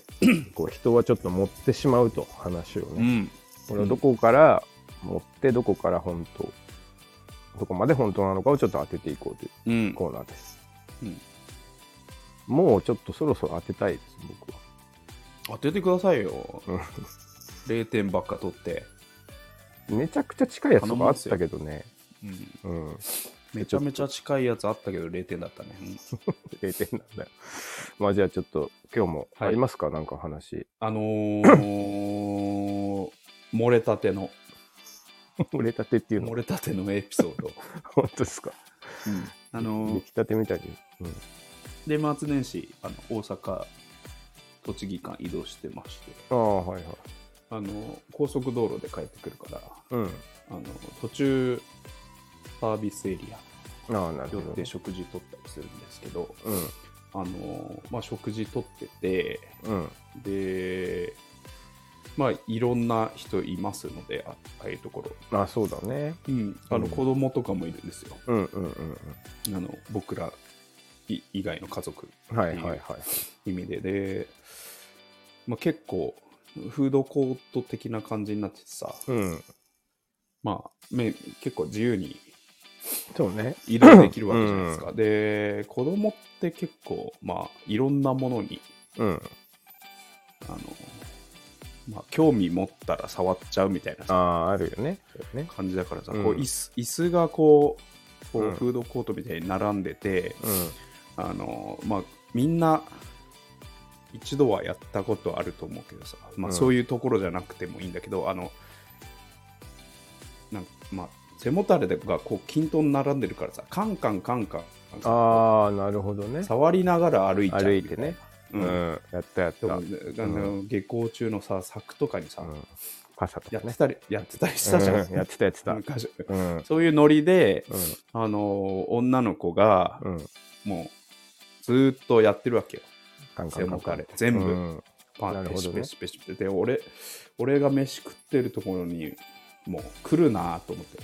Speaker 2: こう人はちょっと持ってしまうと話を
Speaker 1: う
Speaker 2: ね。
Speaker 1: ん、
Speaker 2: これはどこから持って、どこから本当、どこまで本当なのかをちょっと当てていこうという
Speaker 1: うん、
Speaker 2: コーナーです。
Speaker 1: うん
Speaker 2: もうちょっとそろそろ当てたいです、僕は。
Speaker 1: 当ててくださいよ
Speaker 2: うん
Speaker 1: <laughs> 0点ばっか取って、
Speaker 2: めちゃくちゃ近いやつとかあったけどね。
Speaker 1: うん、
Speaker 2: うん。
Speaker 1: めちゃめちゃ近いやつあったけど0点だったね、うん
Speaker 2: 0点なんだよ。まあじゃあちょっと今日もありますか、なんか話。
Speaker 1: あのー、漏れたての
Speaker 2: 漏れたてっていうの
Speaker 1: 漏れたてのエピソード、
Speaker 2: 本当ですか。
Speaker 1: あの
Speaker 2: 出
Speaker 1: ー
Speaker 2: 来たてみたいに。うん。
Speaker 1: 年末年始あの大阪栃木間移動してまして
Speaker 2: ああ、はいはい。
Speaker 1: あのー高速道路で帰ってくるから
Speaker 2: うん。
Speaker 1: あのー途中サービスエリア
Speaker 2: ああ、なる
Speaker 1: 寄
Speaker 2: ほ
Speaker 1: っ
Speaker 2: ど。
Speaker 1: て食事取ったりするんですけど、
Speaker 2: う
Speaker 1: あのーまあ、食事取ってて
Speaker 2: ん。うん。
Speaker 1: でまあいろんな人いますのであああいうところ、
Speaker 2: あそうだね。
Speaker 1: うん、あ
Speaker 2: う
Speaker 1: の
Speaker 2: ん
Speaker 1: 子供とかもいるんですよ、
Speaker 2: うんうんうん
Speaker 1: あの僕らい以外の家族
Speaker 2: うん。はいはいはい。
Speaker 1: 意味でで、まあ、結構フードコート的な感じになっててさ、
Speaker 2: うん。
Speaker 1: まあ、め結構自由に
Speaker 2: そうね。
Speaker 1: 移動できるわけじゃないです
Speaker 2: <laughs>
Speaker 1: か、で子供って結構、まあ、いろんなものに
Speaker 2: うん。
Speaker 1: あの、まあ、興味持ったら触っちゃうみたいな
Speaker 2: ああ、あるよね。そうね。
Speaker 1: 感じだからさ、
Speaker 2: うん
Speaker 1: こう椅子椅子がこうこ
Speaker 2: う
Speaker 1: うんフードコートみたいに並んでて、
Speaker 2: うん。
Speaker 1: あのまあ、みんな一度はやったことあると思うけどさ、まあ、
Speaker 2: うん
Speaker 1: そういうところじゃなくてもいいんだけど、あのなんまあ、背もたれがこう均等に並んでるからさカンカンカンカン
Speaker 2: ああ、なるほどね。
Speaker 1: 触りながら歩いちゃう
Speaker 2: 歩いてね。
Speaker 1: う
Speaker 2: うんん。やったやっ
Speaker 1: で
Speaker 2: た。
Speaker 1: も
Speaker 2: う
Speaker 1: ねあの下校中のさ柵とかにさ、
Speaker 2: ん。パサと
Speaker 1: やっ
Speaker 2: かね
Speaker 1: て。たりやってたりしたじゃん、
Speaker 2: うんやってたやってた。
Speaker 1: 昔
Speaker 2: うん。うん。
Speaker 1: そういうノリで、あの女の子が
Speaker 2: うん。
Speaker 1: もうずーっとやってるわけよ
Speaker 2: カン
Speaker 1: 背もたれ全部、
Speaker 2: うん
Speaker 1: パ
Speaker 2: な
Speaker 1: ン
Speaker 2: る
Speaker 1: ペ
Speaker 2: ほ
Speaker 1: シ
Speaker 2: どね
Speaker 1: ペシペシペシで俺俺が飯食ってるところにもう来るなと思って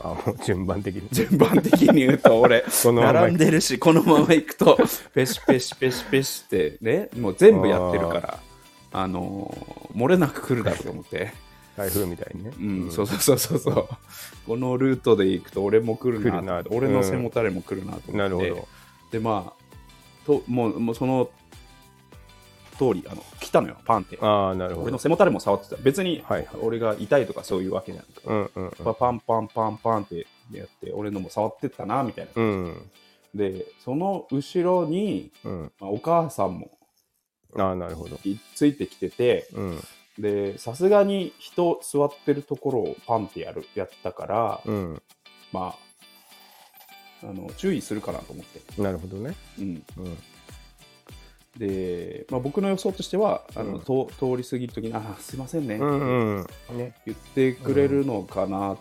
Speaker 2: あ、もう順番
Speaker 1: <laughs>
Speaker 2: 的に。
Speaker 1: 順番的に言うと俺
Speaker 2: <laughs> このまま行く
Speaker 1: 並んでるしこのまま行くとペシペシペシペシってねもう全部やってるからあのー漏れなく来るだろうと思って、
Speaker 2: 台風みたいにね。
Speaker 1: うん、そうそうそうそうそう、このルートで行くと俺も来るな
Speaker 2: 来るな
Speaker 1: 俺の背もたれも来るなと思って、
Speaker 2: なるほど。
Speaker 1: でまあともうもうその通りあの来たのよパンって
Speaker 2: ああ、なるほ
Speaker 1: 俺の
Speaker 2: ど。
Speaker 1: 背もたれも触ってた別に
Speaker 2: はいはい。
Speaker 1: 俺が痛いとかそういうわけじゃなくて、
Speaker 2: うんうん
Speaker 1: やっぱパンパンパンパンってやって俺のも触ってったなみたいな、
Speaker 2: うん。うん
Speaker 1: でその後ろに、
Speaker 2: うん。
Speaker 1: まあ、お母さんも
Speaker 2: ああ、なるほど。
Speaker 1: いついてきてて
Speaker 2: うん
Speaker 1: でさすがに人座ってるところをパンってやるやったから、
Speaker 2: うん。
Speaker 1: まああの注意するかなと思って、
Speaker 2: なるほどね。
Speaker 1: うん、
Speaker 2: うん。
Speaker 1: で、まあ、僕の予想としてはあの、
Speaker 2: うん
Speaker 1: と通り過ぎるときに「あーすいませんね」
Speaker 2: うんうん。ね。
Speaker 1: 言ってくれるのかなっ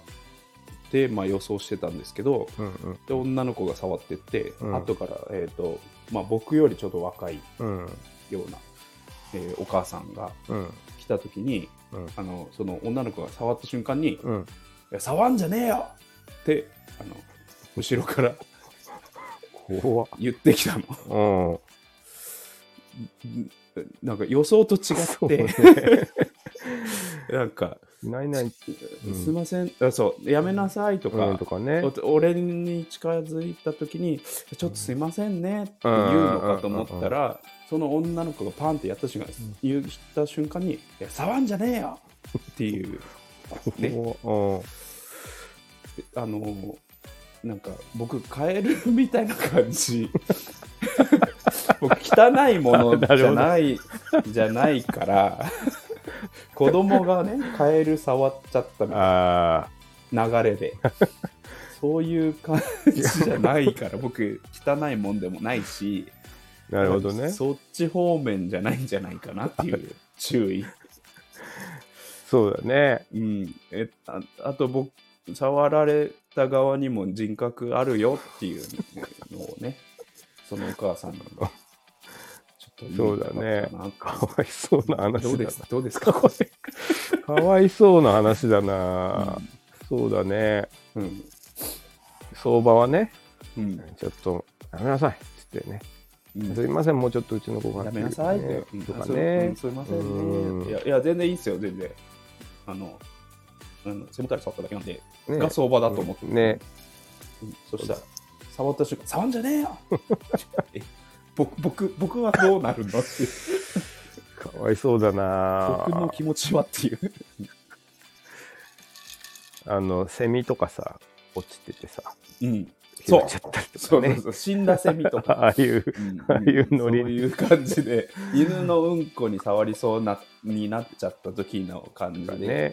Speaker 1: て、まあ、予想してたんですけど
Speaker 2: うんうん。
Speaker 1: で女の子が触ってって、
Speaker 2: うん
Speaker 1: 後から、えーとまあ、僕よりちょっと若い
Speaker 2: うん
Speaker 1: ような、えーお母さんが
Speaker 2: うん
Speaker 1: 来たときに
Speaker 2: うん
Speaker 1: あのその女の子が触った瞬間に「い
Speaker 2: うん。
Speaker 1: や触んじゃねえよ!」ってあの後ろから <laughs>
Speaker 2: 怖っ
Speaker 1: 言ってきたの。 <laughs>
Speaker 2: うん。
Speaker 1: んなんか予想と違
Speaker 2: そう
Speaker 1: って、
Speaker 2: ね
Speaker 1: <laughs> なんか
Speaker 2: ないないうん
Speaker 1: すいません、あそうやめなさいとか、
Speaker 2: うんとかね。
Speaker 1: お俺に近づいた時にちょっとすいませんねって言うのかと思ったらその女の子がパンってやった瞬間、言った瞬間に「いや触んじゃねえよ!」っていう <laughs> ね
Speaker 2: 怖っ
Speaker 1: あのなんか僕カエルみたいな感じ <laughs> 僕汚いものじゃないじゃないから子供がねカエル触っちゃった
Speaker 2: うん。
Speaker 1: みたいな
Speaker 2: あ
Speaker 1: 流れ
Speaker 2: <laughs>
Speaker 1: でそういう感じじゃないから僕汚いもんでもないし
Speaker 2: あ、なるほどね。
Speaker 1: そっち方面じゃないんじゃないかなっていう注意、
Speaker 2: そうだね。
Speaker 1: うん、えああと僕触られた側にも人格あるよっていうのをねそのお母さんにちょっと言い
Speaker 2: そうだ
Speaker 1: たかった
Speaker 2: ね
Speaker 1: な
Speaker 2: かわいそうな話だな。
Speaker 1: どうですどうですか、
Speaker 2: かわいそうな話だな、そうだね。
Speaker 1: うん
Speaker 2: 相場はね、
Speaker 1: うん、
Speaker 2: ちょっと、やめなさい。つってね。
Speaker 1: うん
Speaker 2: すいません、もうちょっとうちの子が、
Speaker 1: やめなさいって、
Speaker 2: ね
Speaker 1: うん
Speaker 2: とか
Speaker 1: あ
Speaker 2: ね。
Speaker 1: そううんすいません
Speaker 2: う
Speaker 1: ね。
Speaker 2: ん
Speaker 1: いや、いや全然いいですよ、全然。あの、うん、背もたれ触っただけなんで、
Speaker 2: ね
Speaker 1: が相場だと思って。
Speaker 2: ね。
Speaker 1: うんそしたら、触った瞬間、触んじゃね <laughs> えよえ僕、僕、僕はどうなるのっていう。
Speaker 2: かわいそうだな
Speaker 1: 僕の気持ちはっていう。
Speaker 2: あの、セミとかさ、落ちててさ、
Speaker 1: <laughs> うん。
Speaker 2: 拾
Speaker 1: そう
Speaker 2: っちゃったり
Speaker 1: そう
Speaker 2: とか
Speaker 1: そう
Speaker 2: ね。
Speaker 1: そう、死んだセミ <laughs> とか。
Speaker 2: ああいう、
Speaker 1: うん
Speaker 2: ああいうノリ
Speaker 1: そういう感じで犬のうんこに触りそうなになっちゃった時の感じで、
Speaker 2: ね。
Speaker 1: うん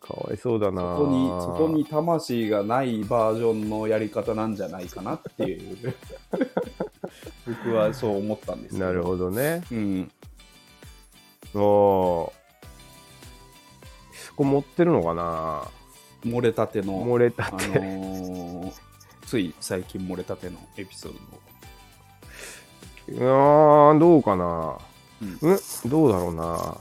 Speaker 2: かわいそうだな
Speaker 1: そこに、そこに魂がないバージョンのやり方なんじゃないかなっていう、
Speaker 2: <laughs>
Speaker 1: 僕はそう思ったんですけ
Speaker 2: なるほどね。
Speaker 1: うん。
Speaker 2: おーそこ持ってるのかな
Speaker 1: 漏れたての、
Speaker 2: 漏れた
Speaker 1: あの
Speaker 2: って、
Speaker 1: ーつい最近漏れたてのエピソードを。
Speaker 2: うわーどうかな
Speaker 1: うん
Speaker 2: うんどうだろうな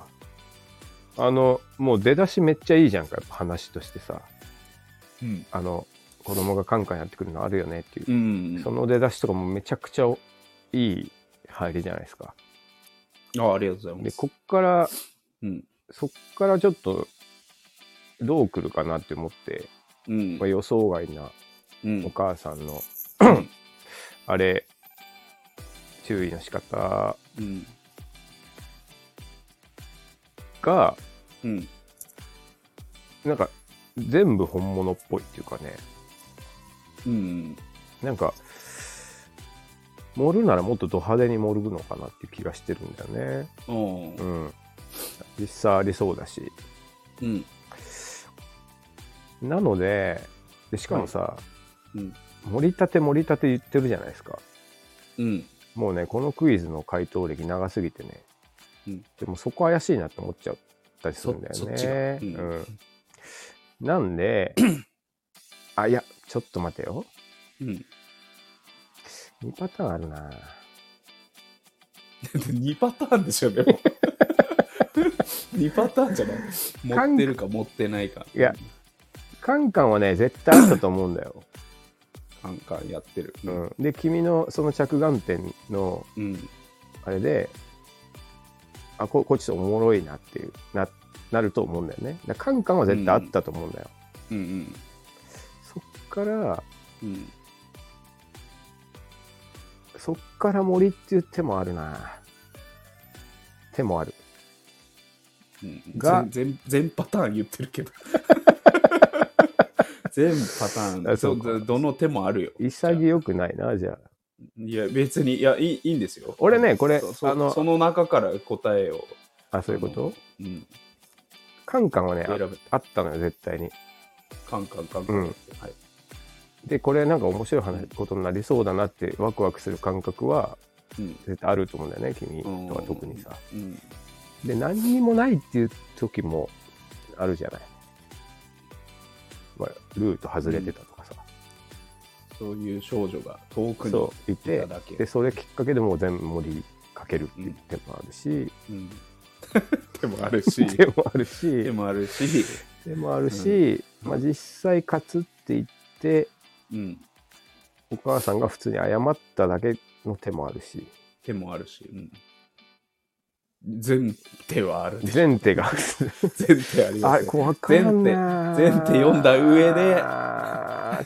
Speaker 2: あのもう出だしめっちゃいいじゃんかやっぱ話としてさ
Speaker 1: うん。
Speaker 2: あの子供がカンカンやってくるのあるよねっていう
Speaker 1: う、ん
Speaker 2: その出だしとかもめちゃくちゃいい入りじゃないですか
Speaker 1: あありがとうございま。
Speaker 2: ですこっから
Speaker 1: うん。
Speaker 2: そっからちょっとどう来るかなって思って、
Speaker 1: うん
Speaker 2: まあ、。予想外な
Speaker 1: うん
Speaker 2: お母さんの、 <clears throat> あれ注意の仕方
Speaker 1: うん。
Speaker 2: が
Speaker 1: うん。
Speaker 2: なんか全部本物っぽいっていうかね
Speaker 1: うん。
Speaker 2: なんか盛るならもっとド派手に盛るのかなっていう気がしてるんだよね
Speaker 1: うん
Speaker 2: う。ん実際ありそうだし
Speaker 1: うん。
Speaker 2: なのででしかもさ、
Speaker 1: うん。
Speaker 2: 盛りたて盛りたて言ってるじゃないですか
Speaker 1: うん。
Speaker 2: もうねこのクイズの回答歴長すぎてね、
Speaker 1: うん
Speaker 2: でもそこ怪しいなって思っちゃったりするんだよね
Speaker 1: そそっちがうん
Speaker 2: うんなんで <clears throat> あいやちょっと待てよ
Speaker 1: うん。
Speaker 2: 2パターンあるな <laughs>
Speaker 1: 2パターンでしょ、で <laughs> も。2パターンじゃない持ってるか持ってないか。
Speaker 2: いやカンカンはね絶対あったと思うんだよ、
Speaker 1: カンカンやってる。
Speaker 2: う。ん、で君のその着眼点の
Speaker 1: うん。
Speaker 2: あれであここっちおもろいなっていうななると思うんだよねだからカンカンは絶対あったと思うんだよ、
Speaker 1: うん
Speaker 2: そっから
Speaker 1: うんうん
Speaker 2: そっから森っていう手もあるな手もある
Speaker 1: うん
Speaker 2: が
Speaker 1: 全全全パターン言ってるけ
Speaker 2: <laughs>
Speaker 1: ど全パターン
Speaker 2: あ
Speaker 1: そ
Speaker 2: そ
Speaker 1: う
Speaker 2: か
Speaker 1: どどの手もあるよ
Speaker 2: 潔くないなじゃあ
Speaker 1: いや別にいやいいいいんですよ
Speaker 2: 俺ねこれ
Speaker 1: そそ
Speaker 2: あの
Speaker 1: その中から答えを
Speaker 2: あそういうこと
Speaker 1: うん
Speaker 2: カンカンはね
Speaker 1: 選べ
Speaker 2: ああったのよ絶対に
Speaker 1: カンカンカンカン、
Speaker 2: うん
Speaker 1: はい
Speaker 2: でこれなんか面白い話ことになりそうだなってワクワクする感覚は
Speaker 1: うん
Speaker 2: 絶対あると思うんだよね君とは特にさ
Speaker 1: うん
Speaker 2: で何にもないっていう時もあるじゃない、まあ、ルート外れてたとかさ、
Speaker 1: そういう少女が遠くに
Speaker 2: そうい
Speaker 1: い
Speaker 2: て
Speaker 1: ただけ
Speaker 2: でそれきっかけでもう全部盛りかけるっていう手もあるし、
Speaker 1: うん、 <laughs> 手もあるし
Speaker 2: 手もあ
Speaker 1: <laughs> 手
Speaker 2: るし
Speaker 1: もあるし、
Speaker 2: 手もあるし、まあ、実際勝つって言って
Speaker 1: うん、
Speaker 2: お母さんが普通に謝っただけの手もあるし
Speaker 1: 手もあるし、うん、全手はあ <laughs> るね
Speaker 2: 前手が
Speaker 1: 全手あり
Speaker 2: <laughs>
Speaker 1: ま
Speaker 2: あ
Speaker 1: すね
Speaker 2: こう分かんない
Speaker 1: 前手前手読んだ上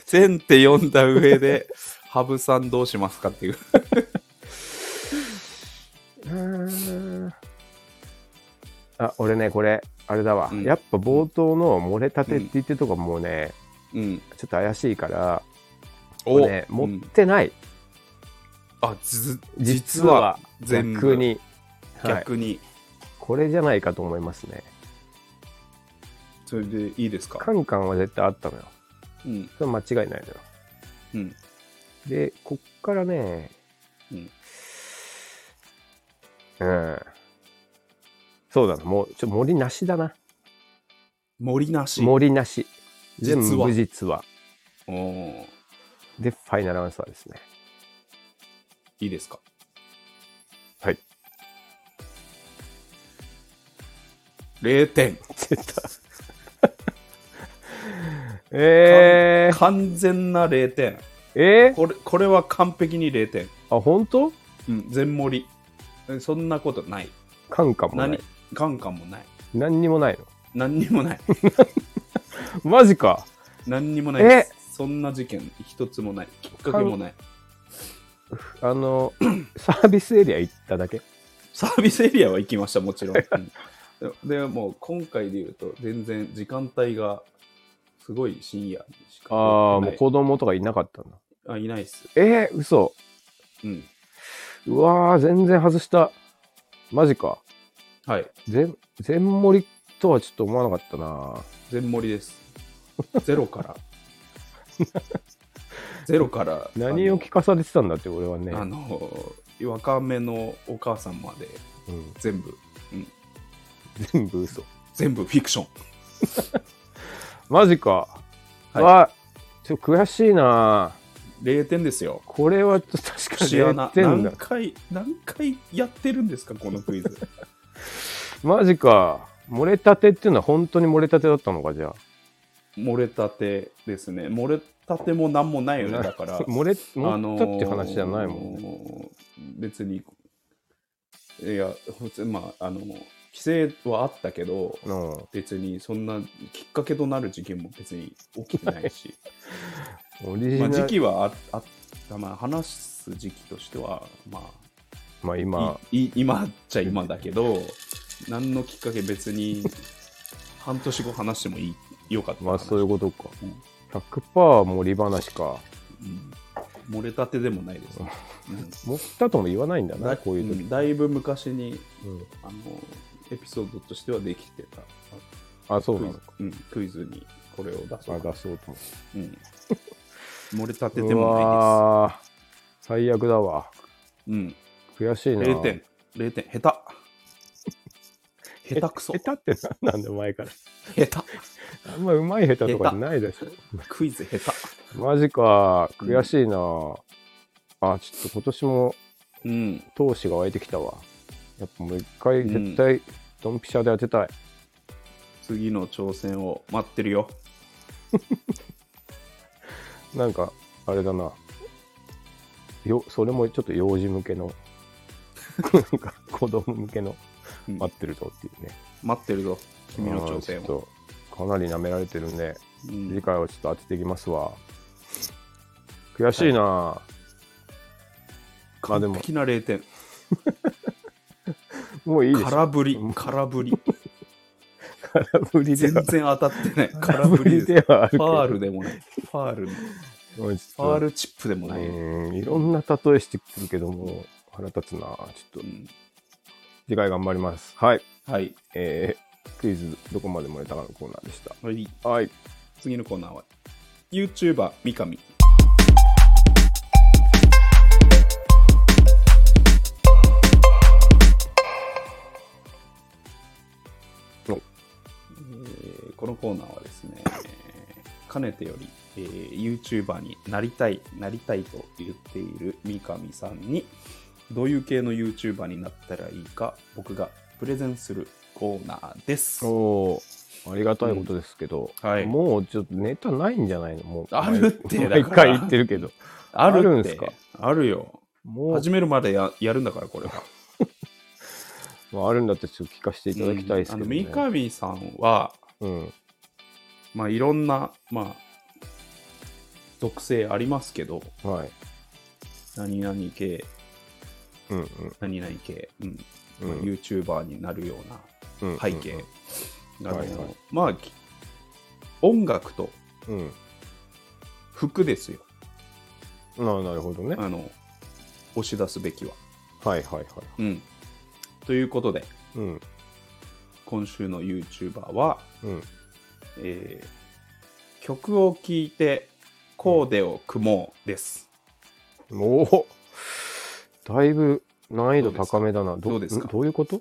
Speaker 1: <laughs> で全手読んだ上 <laughs> で羽生さんどうしますかっていう
Speaker 2: あ俺ねこれあれだわ、
Speaker 1: うん
Speaker 2: やっぱ冒頭の漏れたてって言ってるとかもうね、
Speaker 1: うん
Speaker 2: ちょっと怪しいから、
Speaker 1: お
Speaker 2: これね、持
Speaker 1: う
Speaker 2: っ
Speaker 1: ん
Speaker 2: てない、
Speaker 1: あず
Speaker 2: 実
Speaker 1: 実
Speaker 2: は
Speaker 1: は全部
Speaker 2: 逆に、はい、
Speaker 1: 逆に、
Speaker 2: これじゃないかと思いますね
Speaker 1: それでいいですか
Speaker 2: カンカンは絶対あったのよ
Speaker 1: うん
Speaker 2: それは間違いないのよ
Speaker 1: うん
Speaker 2: でこっからね
Speaker 1: うん
Speaker 2: うんそうだなもうちょ森なしだな
Speaker 1: 森なし
Speaker 2: 森なし
Speaker 1: 実
Speaker 2: 全
Speaker 1: は
Speaker 2: 部実は
Speaker 1: おー
Speaker 2: でファイナルアンサーですね
Speaker 1: いいですか
Speaker 2: はい
Speaker 1: 0点
Speaker 2: 出たえー、
Speaker 1: 完全な0点
Speaker 2: えー、
Speaker 1: これこれは完璧に0点、
Speaker 2: あ本当
Speaker 1: うん、全盛りえそんなことない
Speaker 2: カンカンもな
Speaker 1: 何
Speaker 2: い
Speaker 1: カンカンもない
Speaker 2: 何にもないの
Speaker 1: 何に
Speaker 2: <laughs>
Speaker 1: もない
Speaker 2: マジか
Speaker 1: 何にもない
Speaker 2: え
Speaker 1: ですそんな事件一つもないきっかけもない
Speaker 2: あ <clears throat> のサービスエリア行っただけ
Speaker 1: サービスエリアは行きましたもち
Speaker 2: <laughs>
Speaker 1: ろん、うんででもう今回で言うと全然時間帯がすごい深夜にしか
Speaker 2: ああ
Speaker 1: な
Speaker 2: も
Speaker 1: いう
Speaker 2: 子供とかいなかったんだ
Speaker 1: あいないっす
Speaker 2: えー、嘘
Speaker 1: うん
Speaker 2: うわー全然外したマジか
Speaker 1: はい
Speaker 2: 全全盛りとはちょっと思わなかったな
Speaker 1: 全盛りですゼロ
Speaker 2: <laughs>
Speaker 1: からゼロから
Speaker 2: 何を聞かされてたんだって俺はね
Speaker 1: あのあの若めのお母さんまで
Speaker 2: うん、
Speaker 1: 全部
Speaker 2: 全部嘘
Speaker 1: 全部フィクション
Speaker 2: マジか、
Speaker 1: はい
Speaker 2: わちょっと悔しいな
Speaker 1: 0点ですよ
Speaker 2: これはちょっと確かに
Speaker 1: 節
Speaker 2: や
Speaker 1: 穴
Speaker 2: ってん
Speaker 1: 何
Speaker 2: だ
Speaker 1: 回何回やってるんですかこのクイズ
Speaker 2: <laughs> マジか漏れたてっていうのは本当に漏れたてだったのかじゃあ
Speaker 1: 漏れたてですね漏れたても何もないよねだから
Speaker 2: <laughs> 漏れ
Speaker 1: あ
Speaker 2: 漏ったって話じゃないもんね、
Speaker 1: ね。別に、いや、ほつまあ、あの、規制はあったけど、
Speaker 2: うん
Speaker 1: 別にそんなきっかけとなる事件も別に起きてないし、
Speaker 2: オリジ
Speaker 1: ま
Speaker 2: ナ
Speaker 1: あ、
Speaker 2: ル、
Speaker 1: 時期はああった、まあ、話す時期としては、ま
Speaker 2: まあ
Speaker 1: あ、
Speaker 2: 今
Speaker 1: い <laughs> い今っちゃ今だけど、何のきっかけ別に、半年後話してもいいよかった話。
Speaker 2: まあそういうことか
Speaker 1: うん
Speaker 2: 100%盛り話か
Speaker 1: うん漏れたてでもないです。うん
Speaker 2: 盛ったとも言わないんだな
Speaker 1: だ
Speaker 2: こういう
Speaker 1: う
Speaker 2: 時、
Speaker 1: んだいぶ昔に
Speaker 2: うん
Speaker 1: あのエピソードとしてはできてた
Speaker 2: あそう
Speaker 1: ク
Speaker 2: な
Speaker 1: イ
Speaker 2: の
Speaker 1: ズ,、うん、クイズにこれを出そう
Speaker 2: あ
Speaker 1: か
Speaker 2: 出そうと思っ
Speaker 1: うん、漏れ立
Speaker 2: て
Speaker 1: ててもない
Speaker 2: いです最悪だわ
Speaker 1: です、
Speaker 2: 悔しい
Speaker 1: うん、
Speaker 2: な
Speaker 1: 0点0点下手下手くそ
Speaker 2: 下手って <laughs> 何なんだよ前から
Speaker 1: 手下
Speaker 2: あんまうまい下手とかじゃないでし
Speaker 1: 手クイズ下手
Speaker 2: ょマジか
Speaker 1: うん
Speaker 2: 悔しいな、あちょっと今年も
Speaker 1: うん
Speaker 2: 闘志が湧いてきたわやっぱもう一回絶対ドンピシャで当てたい、
Speaker 1: 次の挑戦を待ってるよ
Speaker 2: なんかあれだなよそれもちょっと幼児向けのなんか子供向けの
Speaker 1: うん
Speaker 2: 待ってるぞっていうね。
Speaker 1: 待ってるぞ君の挑
Speaker 2: う
Speaker 1: 戦
Speaker 2: んち
Speaker 1: を、
Speaker 2: ょっとかなり舐められてるんで、
Speaker 1: うん
Speaker 2: 次回はちょっと当てていきますわ。悔しいな、まあで
Speaker 1: 完
Speaker 2: も
Speaker 1: 璧な0点
Speaker 2: もういいです。
Speaker 1: 空振り
Speaker 2: うん
Speaker 1: 空振り
Speaker 2: 空振り
Speaker 1: 全
Speaker 2: では
Speaker 1: 然、当たってない空
Speaker 2: 空
Speaker 1: 振
Speaker 2: 振 <laughs>
Speaker 1: り
Speaker 2: り
Speaker 1: です
Speaker 2: ではあるけ
Speaker 1: フ
Speaker 2: ど。
Speaker 1: ァールでもないファールフ
Speaker 2: うんちょっと
Speaker 1: ァールチップでもない、うん
Speaker 2: うん、いろんな例えしてくるけども、腹立つな。ちょっと、次回頑張ります。はい。
Speaker 1: はい、
Speaker 2: えー、クイズ、どこまで漏れたかのコーナーでした。
Speaker 1: はい、
Speaker 2: はい。
Speaker 1: 次のコーナーは YouTuber 三上え
Speaker 2: お
Speaker 1: ーこのコーナーはですね、えーかねてより、えー、YouTuber になりたい、なりたいと言っている三上さんに、どういう系の YouTuber になったらいいか、僕がプレゼンするコーナーです。
Speaker 2: おーありがたいことですけど、
Speaker 1: うんはい
Speaker 2: もうちょっとネタないんじゃないのもう
Speaker 1: あるって
Speaker 2: 毎
Speaker 1: だ
Speaker 2: 毎
Speaker 1: から
Speaker 2: 回言ってるけど
Speaker 1: あ
Speaker 2: ある
Speaker 1: るっ
Speaker 2: ん
Speaker 1: て
Speaker 2: すか
Speaker 1: あるよ。
Speaker 2: もう
Speaker 1: 始めるまでややるんだから、これは。
Speaker 2: まあ、あるんだってちょっと聞かせていただきたいですけど、ね
Speaker 1: うんあの三上さんは、
Speaker 2: うん
Speaker 1: まあ、いろんな、まあ、属性ありますけど、
Speaker 2: はい
Speaker 1: 何々系、
Speaker 2: うんうん
Speaker 1: 何々系、うん
Speaker 2: うん
Speaker 1: まあ、YouTuber になるような
Speaker 2: うん
Speaker 1: 背景あの
Speaker 2: はいはい
Speaker 1: まあき音楽と
Speaker 2: うん、
Speaker 1: 服ですよ
Speaker 2: うん、ななるほどね、
Speaker 1: あの押し出すべきは、
Speaker 2: はいはいはい
Speaker 1: うんということで
Speaker 2: うん
Speaker 1: 今週の YouTuber は、
Speaker 2: うん
Speaker 1: えー曲を聴いてコーデを組もうです、
Speaker 2: おおだいぶ難易度高めだな
Speaker 1: どうですか
Speaker 2: んどういうこと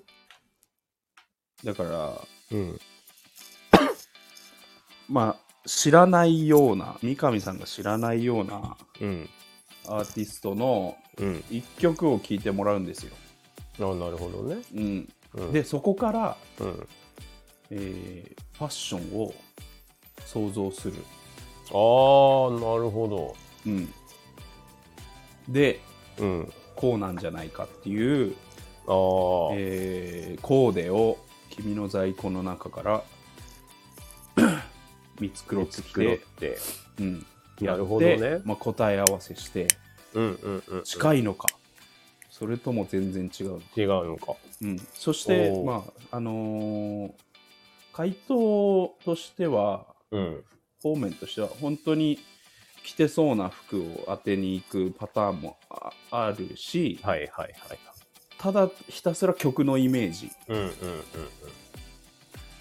Speaker 1: だから
Speaker 2: うん
Speaker 1: まあ知らないような三上さんが知らないような
Speaker 2: うん
Speaker 1: アーティストの
Speaker 2: うん
Speaker 1: 一曲を聴いてもらうんですよ、
Speaker 2: あなるほどね、
Speaker 1: うん、
Speaker 2: うん、
Speaker 1: でそこから
Speaker 2: うん、
Speaker 1: えーファッションを想像する、
Speaker 2: ああなるほ
Speaker 1: うん、で
Speaker 2: どうん
Speaker 1: こうなんじゃないかっていう、
Speaker 2: ああ、
Speaker 1: えーコーデを君の在庫の中から
Speaker 2: <coughs>
Speaker 1: 見繕ってきて、
Speaker 2: て
Speaker 1: うん、
Speaker 2: なるほど
Speaker 1: や
Speaker 2: ね
Speaker 1: ってまあ、答え合わせして
Speaker 2: うんうんうん
Speaker 1: 近いのか、それとも全然違う、
Speaker 2: 違うのか
Speaker 1: うん、そして
Speaker 2: おー
Speaker 1: まああのー回答としては
Speaker 2: うん
Speaker 1: 方面としては本当に着てそうな服を当てに行くパターンもああるし
Speaker 2: はいはいはい
Speaker 1: ただひたすら曲のイメージ
Speaker 2: うんうんうん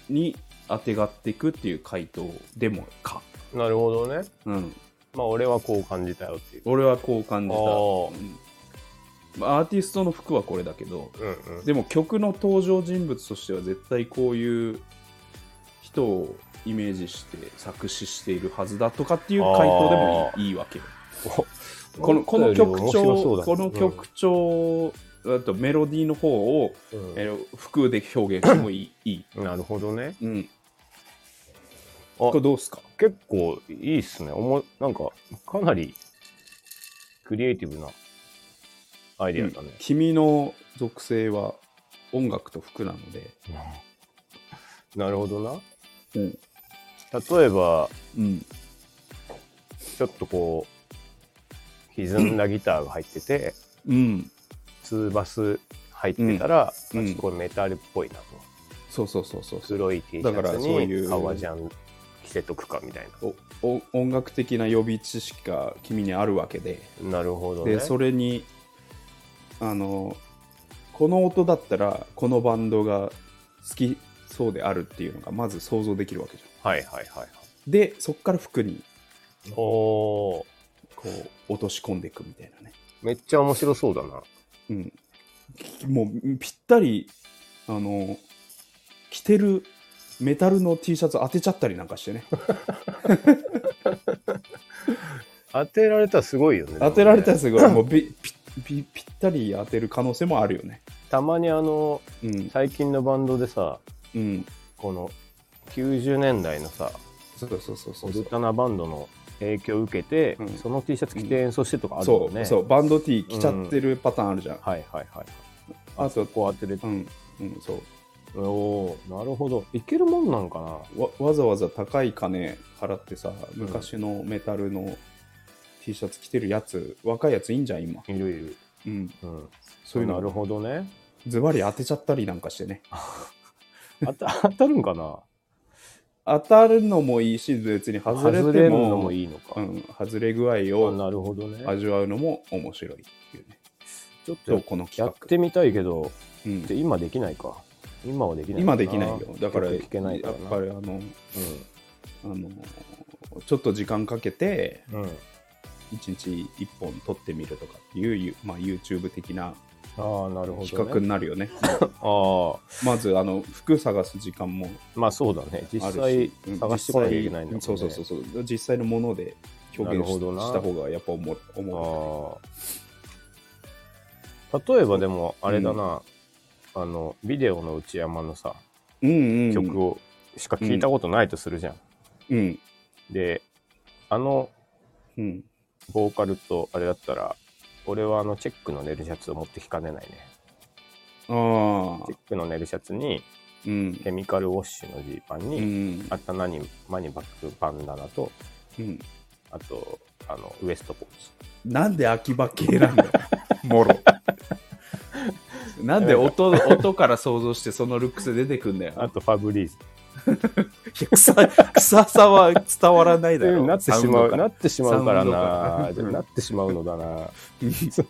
Speaker 1: に当てがっていくっていう回答でもか、
Speaker 2: うんなるほどね
Speaker 1: うん、
Speaker 2: まあ俺はこう感じたよっていう
Speaker 1: 俺はこう感じた、
Speaker 2: お
Speaker 1: う
Speaker 2: ー
Speaker 1: んまあアーティストの服はこれだけど
Speaker 2: うんうん
Speaker 1: でも曲の登場人物としては絶対こういう人をイメージして作詞しているはずだとかっていう回答でもいいいいわけよこのこの曲調、この曲調、あとメロディーの方を、
Speaker 2: うん
Speaker 1: えー服で表現してもいい。いい
Speaker 2: なるほどね
Speaker 1: うん、
Speaker 2: あ
Speaker 1: これどうっすか
Speaker 2: 結構いいっすねおもなんかかなりクリエイティブなアイディアだね、
Speaker 1: 君の属性は音楽と服なので、
Speaker 2: なるほどな
Speaker 1: うん
Speaker 2: 例えば
Speaker 1: うん
Speaker 2: ちょっとこう歪んだギターが入ってて
Speaker 1: うん、
Speaker 2: ツーバス入ってたら、
Speaker 1: うん
Speaker 2: あちょっとこれメタルっぽいなと、
Speaker 1: そうそうそうそうそう
Speaker 2: 黒い T シ
Speaker 1: だから
Speaker 2: ャツ
Speaker 1: そうい
Speaker 2: に
Speaker 1: う
Speaker 2: 革ジャン着せとくかみたいな
Speaker 1: おお音楽的な予備知識が君にあるわけで、
Speaker 2: なるほどね
Speaker 1: でそれにあのこの音だったらこのバンドが好きそうであるっていうのがまず想像できるわけじゃん。
Speaker 2: はいはいはい
Speaker 1: でそこから服に
Speaker 2: おお
Speaker 1: こう落とし込んでいくみたいなね、
Speaker 2: ーめっちゃ面白そうだな
Speaker 1: うん、きもうぴったりあの着てるメタルの T シャツ当てちゃったりなんかして <laughs> ね
Speaker 2: 当てられたらすごいよね
Speaker 1: 当てられたら
Speaker 2: でもね
Speaker 1: すごいもうびぴぴぴったり当てる可能性もあるよね
Speaker 2: たまにあの
Speaker 1: うん
Speaker 2: 最近のバンドでさ
Speaker 1: うん
Speaker 2: この90年代のさ
Speaker 1: そうそうそうそ
Speaker 2: オ
Speaker 1: う
Speaker 2: ルタナバンドの影響を受けて、
Speaker 1: うん
Speaker 2: その T シャツ着て演奏してとかある
Speaker 1: そ
Speaker 2: よ
Speaker 1: う、
Speaker 2: ね、
Speaker 1: そうバンド T 着ちゃってるパターンあるじゃん、
Speaker 2: はいはいはい
Speaker 1: あと
Speaker 2: こう当てれ
Speaker 1: うん、うん、そう
Speaker 2: おおーなるほど。いけるもんなんかな
Speaker 1: わわざわざ高い金払ってさ昔のメタルの T シャツ着てるやつ若いやついいんじゃん今、
Speaker 2: いるいる。
Speaker 1: うん、
Speaker 2: うん。
Speaker 1: そういう
Speaker 2: なる
Speaker 1: の
Speaker 2: ほどね。
Speaker 1: ズバリ当てちゃったりなんかしてね
Speaker 2: あた当たるんかな
Speaker 1: 当たるのもいいし別に外れ
Speaker 2: 外
Speaker 1: て
Speaker 2: れる
Speaker 1: も
Speaker 2: のもいいのか。
Speaker 1: うん、外れ具合
Speaker 2: あ
Speaker 1: を
Speaker 2: なるほどね。
Speaker 1: 味わうのも面白いっていうね
Speaker 2: ちょっ
Speaker 1: 今
Speaker 2: と
Speaker 1: 日この
Speaker 2: や
Speaker 1: 企
Speaker 2: っ
Speaker 1: 画
Speaker 2: てみたいけど、
Speaker 1: うん
Speaker 2: で今できないか。今はできない
Speaker 1: 今できないよだから
Speaker 2: よく聞けないから
Speaker 1: や
Speaker 2: な
Speaker 1: っぱりあのあのちょっと時間かけて
Speaker 2: うん。うん。
Speaker 1: 1日1本撮ってみるとかっていうゆ、まあ、YouTube 的な
Speaker 2: ああ、なるほど、ね。
Speaker 1: 企画になるよね <laughs>
Speaker 2: ああ、
Speaker 1: まずあの服探す時間も
Speaker 2: まあそうだね。実
Speaker 1: ある
Speaker 2: 際
Speaker 1: しうん
Speaker 2: 探してこなきゃいけないんだもんね。
Speaker 1: 実際そうそうそうそう実際のもので表現し
Speaker 2: なるほどな
Speaker 1: した方がやっぱ思う思
Speaker 2: ああ。例えばでも、あれだな、あの、ビデオの内山のさ、
Speaker 1: う、うんうん、
Speaker 2: 曲
Speaker 1: を、
Speaker 2: をしか聞いたことないとするじゃん。
Speaker 1: うん
Speaker 2: で、あの
Speaker 1: うん、
Speaker 2: ボーカルとあれだったら、俺はあのチェックの寝るシャツを持ってきかねないね。
Speaker 1: ああ
Speaker 2: チェックの寝るシャツに、
Speaker 1: うん
Speaker 2: ケミカルウォッシュのジーパン
Speaker 1: う
Speaker 2: に、
Speaker 1: ん
Speaker 2: 頭に、マニバックバンダナと、
Speaker 1: うん
Speaker 2: あと、あの、ウエストポーチ。
Speaker 1: なんで秋葉系なん
Speaker 2: <laughs>
Speaker 1: だよもろ <laughs> なんで音音から想像してそのルックスで出てくんだよ
Speaker 2: あと、ファブリーズ。
Speaker 1: いや臭い臭さは伝わらないだろ
Speaker 2: なってしまう、な
Speaker 1: な
Speaker 2: ってしまうから
Speaker 1: サ
Speaker 2: な
Speaker 1: ウンド。から
Speaker 2: なってしまうのだな。そう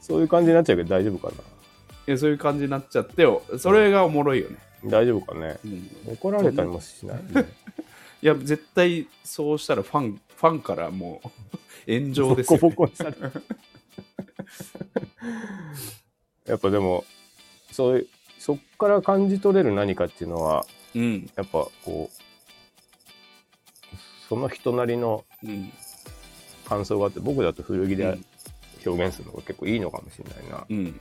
Speaker 2: そういう感じになっちゃうけど大丈夫か
Speaker 1: そういう感じになっちゃってよそれがおもろいよね、
Speaker 2: な。大丈夫かね。
Speaker 1: うん
Speaker 2: 怒られたりもしない。
Speaker 1: いや、絶対そうしたらファン、ファンからもう <laughs> 炎上
Speaker 2: ボ
Speaker 1: です
Speaker 2: コ
Speaker 1: よ、
Speaker 2: ボ
Speaker 1: ね。
Speaker 2: コにされる。やっぱでも、そういう、そっから感じ取れる何かっていうのは、
Speaker 1: うん。
Speaker 2: やっぱこう、その人なりの
Speaker 1: うん。
Speaker 2: 感想があって、僕だと古着
Speaker 1: う
Speaker 2: で
Speaker 1: ん
Speaker 2: 表現するのが結構いいのかもしれないな。
Speaker 1: うん。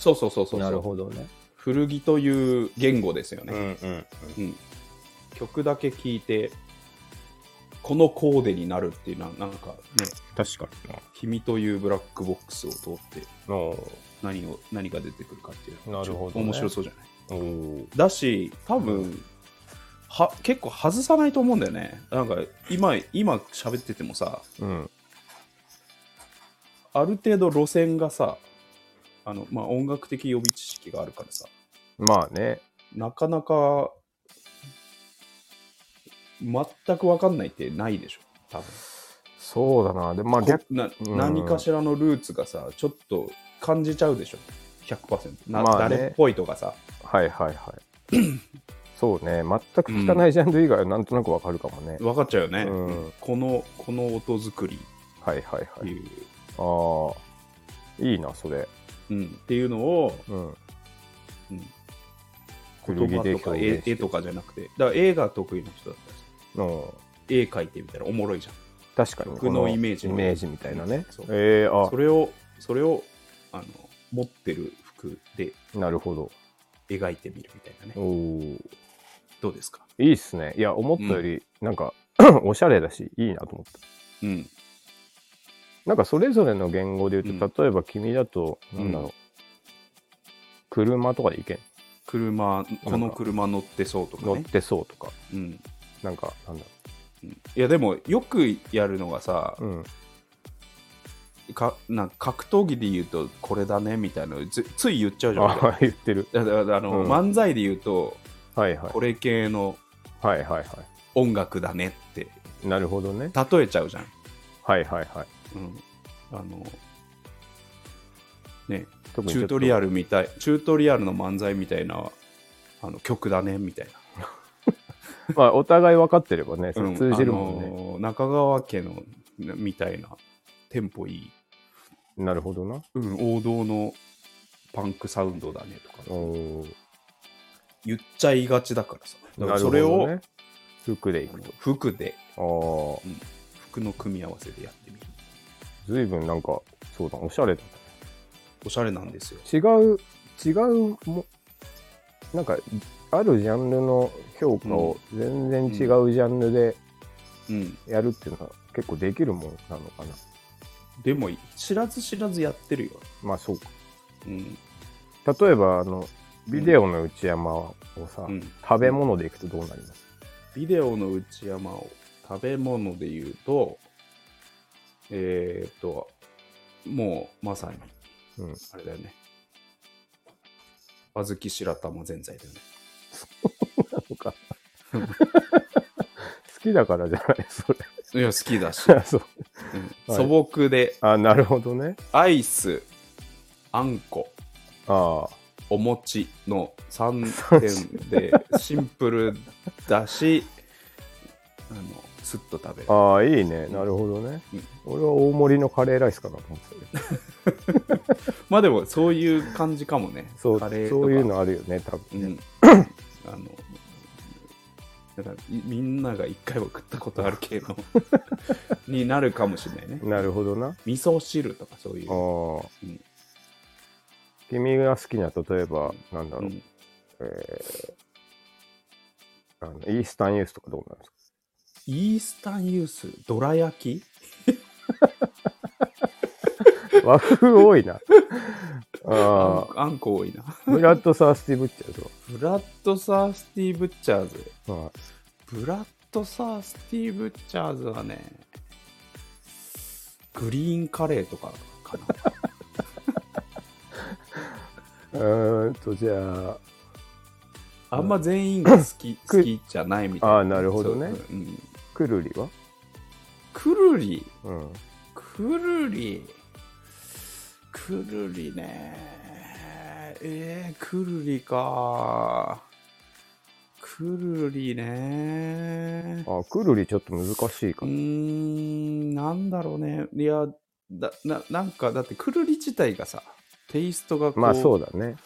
Speaker 1: そうそうそうそうそう。
Speaker 2: ほどね。
Speaker 1: 古着という言語ですよ
Speaker 2: うんう
Speaker 1: ね。
Speaker 2: んうん。
Speaker 1: うん。曲だけ聴いて、このコーデになるっていうのは、なんかね、
Speaker 2: 確かにな。
Speaker 1: 君というブラックボックスを通って、
Speaker 2: お
Speaker 1: 何を、何が出てくるかっていうの
Speaker 2: な
Speaker 1: は
Speaker 2: るほど
Speaker 1: ちょ
Speaker 2: ね
Speaker 1: っと面白そうじゃない
Speaker 2: お
Speaker 1: だし多分は結構外さないと思うんだよねなんか今今喋っててもさ
Speaker 2: うん
Speaker 1: ある程度路線がさあの、まあ、音楽的予備知識があるからさ
Speaker 2: まあね
Speaker 1: なかなか全く分かんないってないでしょ多分
Speaker 2: そうだなでもまあ
Speaker 1: こ
Speaker 2: 逆
Speaker 1: な
Speaker 2: うん
Speaker 1: 何かしらのルーツがさちょっと感じちゃうでしょ100%な、
Speaker 2: まあね
Speaker 1: 誰っぽいとかさ
Speaker 2: はいはいはい
Speaker 1: <clears throat>
Speaker 2: そうね全く聞かないジャンル以外はなんとなくわかるかもね、
Speaker 1: 分かっちゃうよね、
Speaker 2: うん
Speaker 1: このこの音作り
Speaker 2: はいはい
Speaker 1: っ
Speaker 2: は
Speaker 1: て
Speaker 2: い
Speaker 1: いう、
Speaker 2: ああいいなそれ
Speaker 1: うん、っていうのを
Speaker 2: うん
Speaker 1: うん
Speaker 2: 古
Speaker 1: 言
Speaker 2: 着
Speaker 1: 葉
Speaker 2: で
Speaker 1: とか絵
Speaker 2: 表現
Speaker 1: 絵とかじゃなくて、だから絵が得意な人だったらさ
Speaker 2: うん
Speaker 1: 絵描いてみたらおもろいじゃ
Speaker 2: 確かに
Speaker 1: 僕のイメージ
Speaker 2: イメージみたいなね
Speaker 1: そう
Speaker 2: ええ
Speaker 1: ん。それを、それをあの持ってる服で
Speaker 2: あなるほど
Speaker 1: 描いてみるみたいなね。
Speaker 2: おお
Speaker 1: どうですか
Speaker 2: いいっすねいや思ったよりなんか、 <clears throat> おしゃれだしいいなと思った
Speaker 1: うん。
Speaker 2: なんかそれぞれの言語で言うと、
Speaker 1: う
Speaker 2: 例えば君だとなんだろう、車とかで行けん
Speaker 1: 車、この車乗ってそうとか
Speaker 2: 乗っ
Speaker 1: ね。
Speaker 2: てそうとか、
Speaker 1: うん。
Speaker 2: なんか、なんだ
Speaker 1: うんいや、でもよくやるのがさ、
Speaker 2: ろう。うん。
Speaker 1: かなんか格闘技で言うとこれだねみたいなのつつい言っちゃうじゃん
Speaker 2: あ <laughs> あ、言ってる。
Speaker 1: 俺。だからあの、
Speaker 2: うん
Speaker 1: 漫才で言うと、
Speaker 2: はいはい。
Speaker 1: これ系の
Speaker 2: はいはいは
Speaker 1: 音楽だねって
Speaker 2: い。なるほどね。
Speaker 1: 例えちゃうじゃん。
Speaker 2: はいはいはい。
Speaker 1: うん、あのね
Speaker 2: 特
Speaker 1: チュートリア
Speaker 2: ル。
Speaker 1: ルみたいチュートリアルの漫才みたいなあの曲だねみたい
Speaker 2: まあ、お互い分かってればね、そ
Speaker 1: な、うん
Speaker 2: れ通じるもんね。
Speaker 1: あの中川家のなみたいなテンポいい、
Speaker 2: なるほどな。
Speaker 1: うん、王道のパンクサウンドだねとか
Speaker 2: おー
Speaker 1: 言っちゃいがちだからさだか
Speaker 2: な
Speaker 1: ら
Speaker 2: る
Speaker 1: そ
Speaker 2: ほ
Speaker 1: れ
Speaker 2: ど
Speaker 1: を、
Speaker 2: ね。服でい
Speaker 1: あ
Speaker 2: く
Speaker 1: の服で
Speaker 2: と。あ
Speaker 1: 服の組み合わせでやってみる
Speaker 2: あ、ずいぶんなんか、そうだ、おしゃれだ。
Speaker 1: おしゃれなんですよ
Speaker 2: 違う、違うも、なんか、あるジャンルの評価を全然違うジャンルで
Speaker 1: うん
Speaker 2: やるっていうのは結構できるもんなのかな。
Speaker 1: でも知らず知らずやってるよ、
Speaker 2: まあそうか。
Speaker 1: うん、
Speaker 2: 例えばあのビデオの内山をさ、
Speaker 1: うん
Speaker 2: 食べ物でいくとどうなります
Speaker 1: ビデオの内山を食べ物で言うと、えー、っと、もうまさに、
Speaker 2: うん
Speaker 1: あれだよね。小豆白玉ぜんざいだよね。
Speaker 2: とか好きだからじゃないそれ <laughs>
Speaker 1: いや、好きだし、
Speaker 2: そう
Speaker 1: <laughs> うん素朴で、
Speaker 2: あなるほどね
Speaker 1: アイス、あんこ、
Speaker 2: あ
Speaker 1: お餅の3点
Speaker 2: <laughs>
Speaker 1: で、シンプルだし、あの、スッと食べる
Speaker 2: あ。ああいいねなるほどね、俺は大盛りのカレーライスかなと思ってたけど
Speaker 1: まあでも、そういう感じかもね。
Speaker 2: そう
Speaker 1: カレーとか
Speaker 2: そういうのあるよね多
Speaker 1: う
Speaker 2: 分ね、
Speaker 1: ん、あのだからいみんなが一回は食ったことある系
Speaker 2: <laughs>
Speaker 1: のになるかもしれないね
Speaker 2: なるほどな
Speaker 1: 味噌汁とかそういう、
Speaker 2: ああ
Speaker 1: うん
Speaker 2: 君が好きな例えばなんだ
Speaker 1: う
Speaker 2: ろう、
Speaker 1: ん
Speaker 2: えーあのイースタンユースとかどうなんですか
Speaker 1: イースタンユースどら焼き
Speaker 2: <laughs> 和風多いな。
Speaker 1: あ
Speaker 2: あ
Speaker 1: んあんこ多いな
Speaker 2: あ、ブラッドサースティブッチャーズ
Speaker 1: ブラッドサースティーブッチャーズ
Speaker 2: は。
Speaker 1: ブラッドサースティーブッチャーズはねグリーンカレーとか
Speaker 2: <laughs>
Speaker 1: かな
Speaker 2: うーんと、じゃ
Speaker 1: あんま全員が好き好きじゃないみたいな
Speaker 2: あーなるほどね
Speaker 1: そううん、
Speaker 2: あ、くるりは
Speaker 1: くるり
Speaker 2: うん。
Speaker 1: くるりくるりねえー、くるりかくるりね
Speaker 2: あくるりちょっと難しいう
Speaker 1: ー
Speaker 2: かも。
Speaker 1: んなんだろうねいやだななんかだってくるり自体がさテイストがこう,、
Speaker 2: まあそうだね。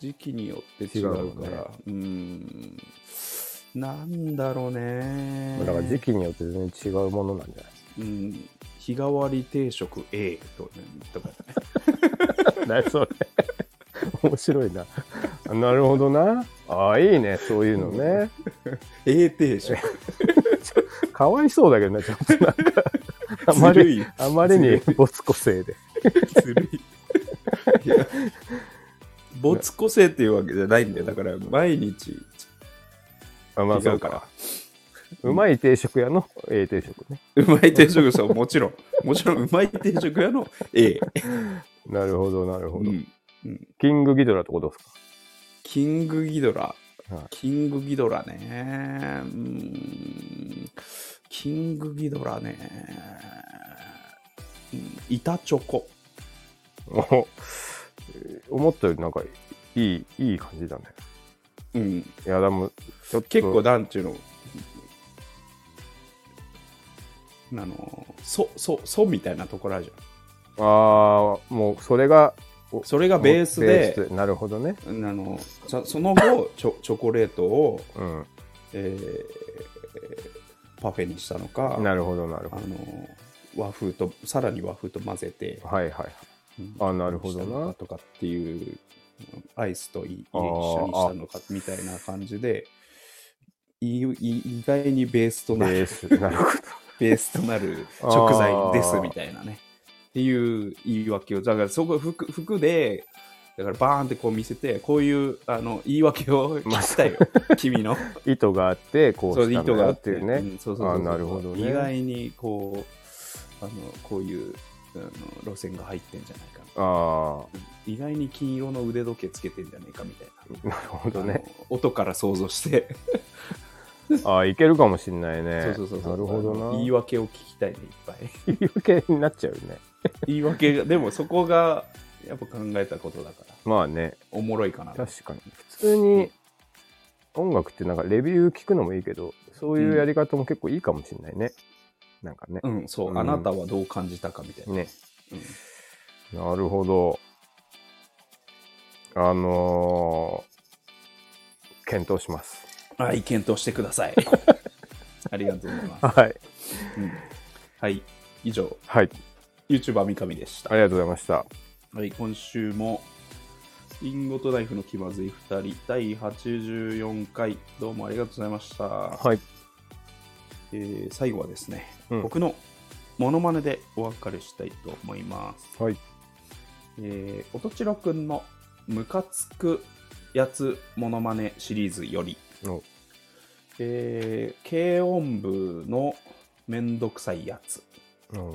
Speaker 1: 時期によって違うから
Speaker 2: 違う
Speaker 1: う,、
Speaker 2: もんね
Speaker 1: ーんなんだろうね
Speaker 2: だから時期によって全然違うものなんじゃない
Speaker 1: うん日替わり定食 A と,、ね、とかね
Speaker 2: <laughs> 何それ面白いな。なるほどな。ああ、いいね、そういうのね。
Speaker 1: A 定食
Speaker 2: かわいそうだけどね、ちょっとなんか。あま
Speaker 1: ずる
Speaker 2: り、
Speaker 1: い
Speaker 2: あまり <laughs> に没個性で。
Speaker 1: ずるい。いや、没個性っていうわけじゃないんだよ。だから、毎日違
Speaker 2: あまあそうう
Speaker 1: か
Speaker 2: か。
Speaker 1: ら。
Speaker 2: うまい定食屋の A 定食ね。
Speaker 1: うまい定食さ、もちろん。もちろん、うまい定食屋の A。
Speaker 2: なるほど、なるほど。
Speaker 1: うん
Speaker 2: キングギドラとかどうですか
Speaker 1: キングギドラ
Speaker 2: はい。
Speaker 1: キングギドラね。うーん。キングギドラね。うん板チョコ。
Speaker 2: <laughs> お思ったよりなんかいいいい感じだね
Speaker 1: うん。
Speaker 2: いやでもちょっと
Speaker 1: 結構、なんちゅうの。あの、そ、そ、そみたいなところあるじゃん。
Speaker 2: ああもうそれが
Speaker 1: それがベースで、
Speaker 2: ベースなるほどね
Speaker 1: あのそその後チョ、チョコレートを、
Speaker 2: うん
Speaker 1: えーパフェにしたのか、
Speaker 2: なるほどなる
Speaker 1: あ
Speaker 2: ほ
Speaker 1: の和風と、さらに和風と混ぜて、
Speaker 2: どはいはい
Speaker 1: うん
Speaker 2: あなるほどな
Speaker 1: したのかとかっていう、アイスといい
Speaker 2: あー
Speaker 1: 一緒にしたのかみたいな感じで、いい意外にベースと
Speaker 2: ベ
Speaker 1: な
Speaker 2: ー
Speaker 1: る、
Speaker 2: スなるほ
Speaker 1: <laughs> ベースとなる
Speaker 2: あー
Speaker 1: 食材ですみたいなね。っていう言い訳を、だからそこ服服で、だからバーンってこう見せて、こういうあの言い訳を聞き
Speaker 2: <laughs>
Speaker 1: たいよ、君の。
Speaker 2: ど糸があってこう
Speaker 1: そう
Speaker 2: したんだ
Speaker 1: 糸が
Speaker 2: よ
Speaker 1: あ
Speaker 2: っていうね
Speaker 1: んそうそうそう
Speaker 2: あなるほどね
Speaker 1: 意外にこう、あのこういうあの路線が入ってんじゃないかな。
Speaker 2: あ
Speaker 1: 意外に金色の腕時計つけてんじゃないかみたいな。
Speaker 2: あなるほどね
Speaker 1: あの音から想像して、
Speaker 2: ああいけるかもしんないね
Speaker 1: そうそうそうそう
Speaker 2: なるほど
Speaker 1: あ
Speaker 2: な
Speaker 1: の言い
Speaker 2: 言
Speaker 1: 訳を聞きたいね、いっぱい。
Speaker 2: い訳になっちゃうよね
Speaker 1: 言い訳がでもそこがやっぱ考えたことだから
Speaker 2: まあね
Speaker 1: おもろいかな
Speaker 2: 確かに普通に音楽ってなんかレビュー聞くのもいいけどそういうやり方も結構いいかもしんないね、なんかね
Speaker 1: うんそう、
Speaker 2: うん
Speaker 1: あなたはどう感じたかみたいな、
Speaker 2: ね
Speaker 1: うん
Speaker 2: なるほどあのー検討します
Speaker 1: はい検討してくださ
Speaker 2: <laughs>
Speaker 1: いありがとうございます、
Speaker 2: はい
Speaker 1: うんはい以上
Speaker 2: はい
Speaker 1: YouTuber 三上でした
Speaker 2: ありがとうございました
Speaker 1: はい、今週も、リンゴとナイフの気まずい2人、第84回、どうもありがとうございました。
Speaker 2: はい
Speaker 1: えー最後はですね、
Speaker 2: うん
Speaker 1: 僕のモノマネでお別れしたいと思います。
Speaker 2: はい
Speaker 1: えー、おとちろくんのムカつくやつモノマネシリーズより、
Speaker 2: お
Speaker 1: えー軽音部のめんどくさいやつ。
Speaker 2: うん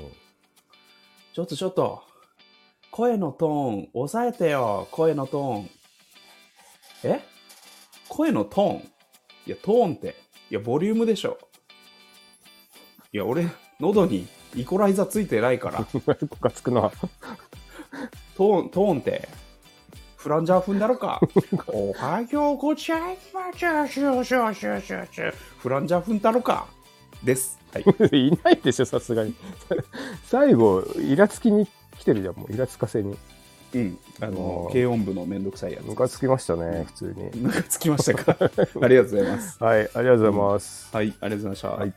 Speaker 1: ちょっとちょっと、声のトーン、抑えてよ、声のトーン。え声のトーンいや、トーンって、いや、ボリュームでしょ。いや、俺、喉にイコライザーついてないから、
Speaker 2: こかつくな。
Speaker 1: トーン、トーンって、フランジャー踏んだろ <laughs> か。おはようございます。シュシュシュシュシュシュフランジャー踏んだろか。です。はい。
Speaker 2: <laughs> いないでしょ、さすがに。最後、イラつきに来てるじゃん、もうイラつかせに。
Speaker 1: うん。あの
Speaker 2: お、ー
Speaker 1: 軽音部のめんどくさいやつ。
Speaker 2: ム
Speaker 1: <laughs>
Speaker 2: カつきましたね、普通に。
Speaker 1: ムカつきましたか。ありがとうございます。
Speaker 2: はい、ありがとうございます。
Speaker 1: はい、ありがとうございました。
Speaker 2: はい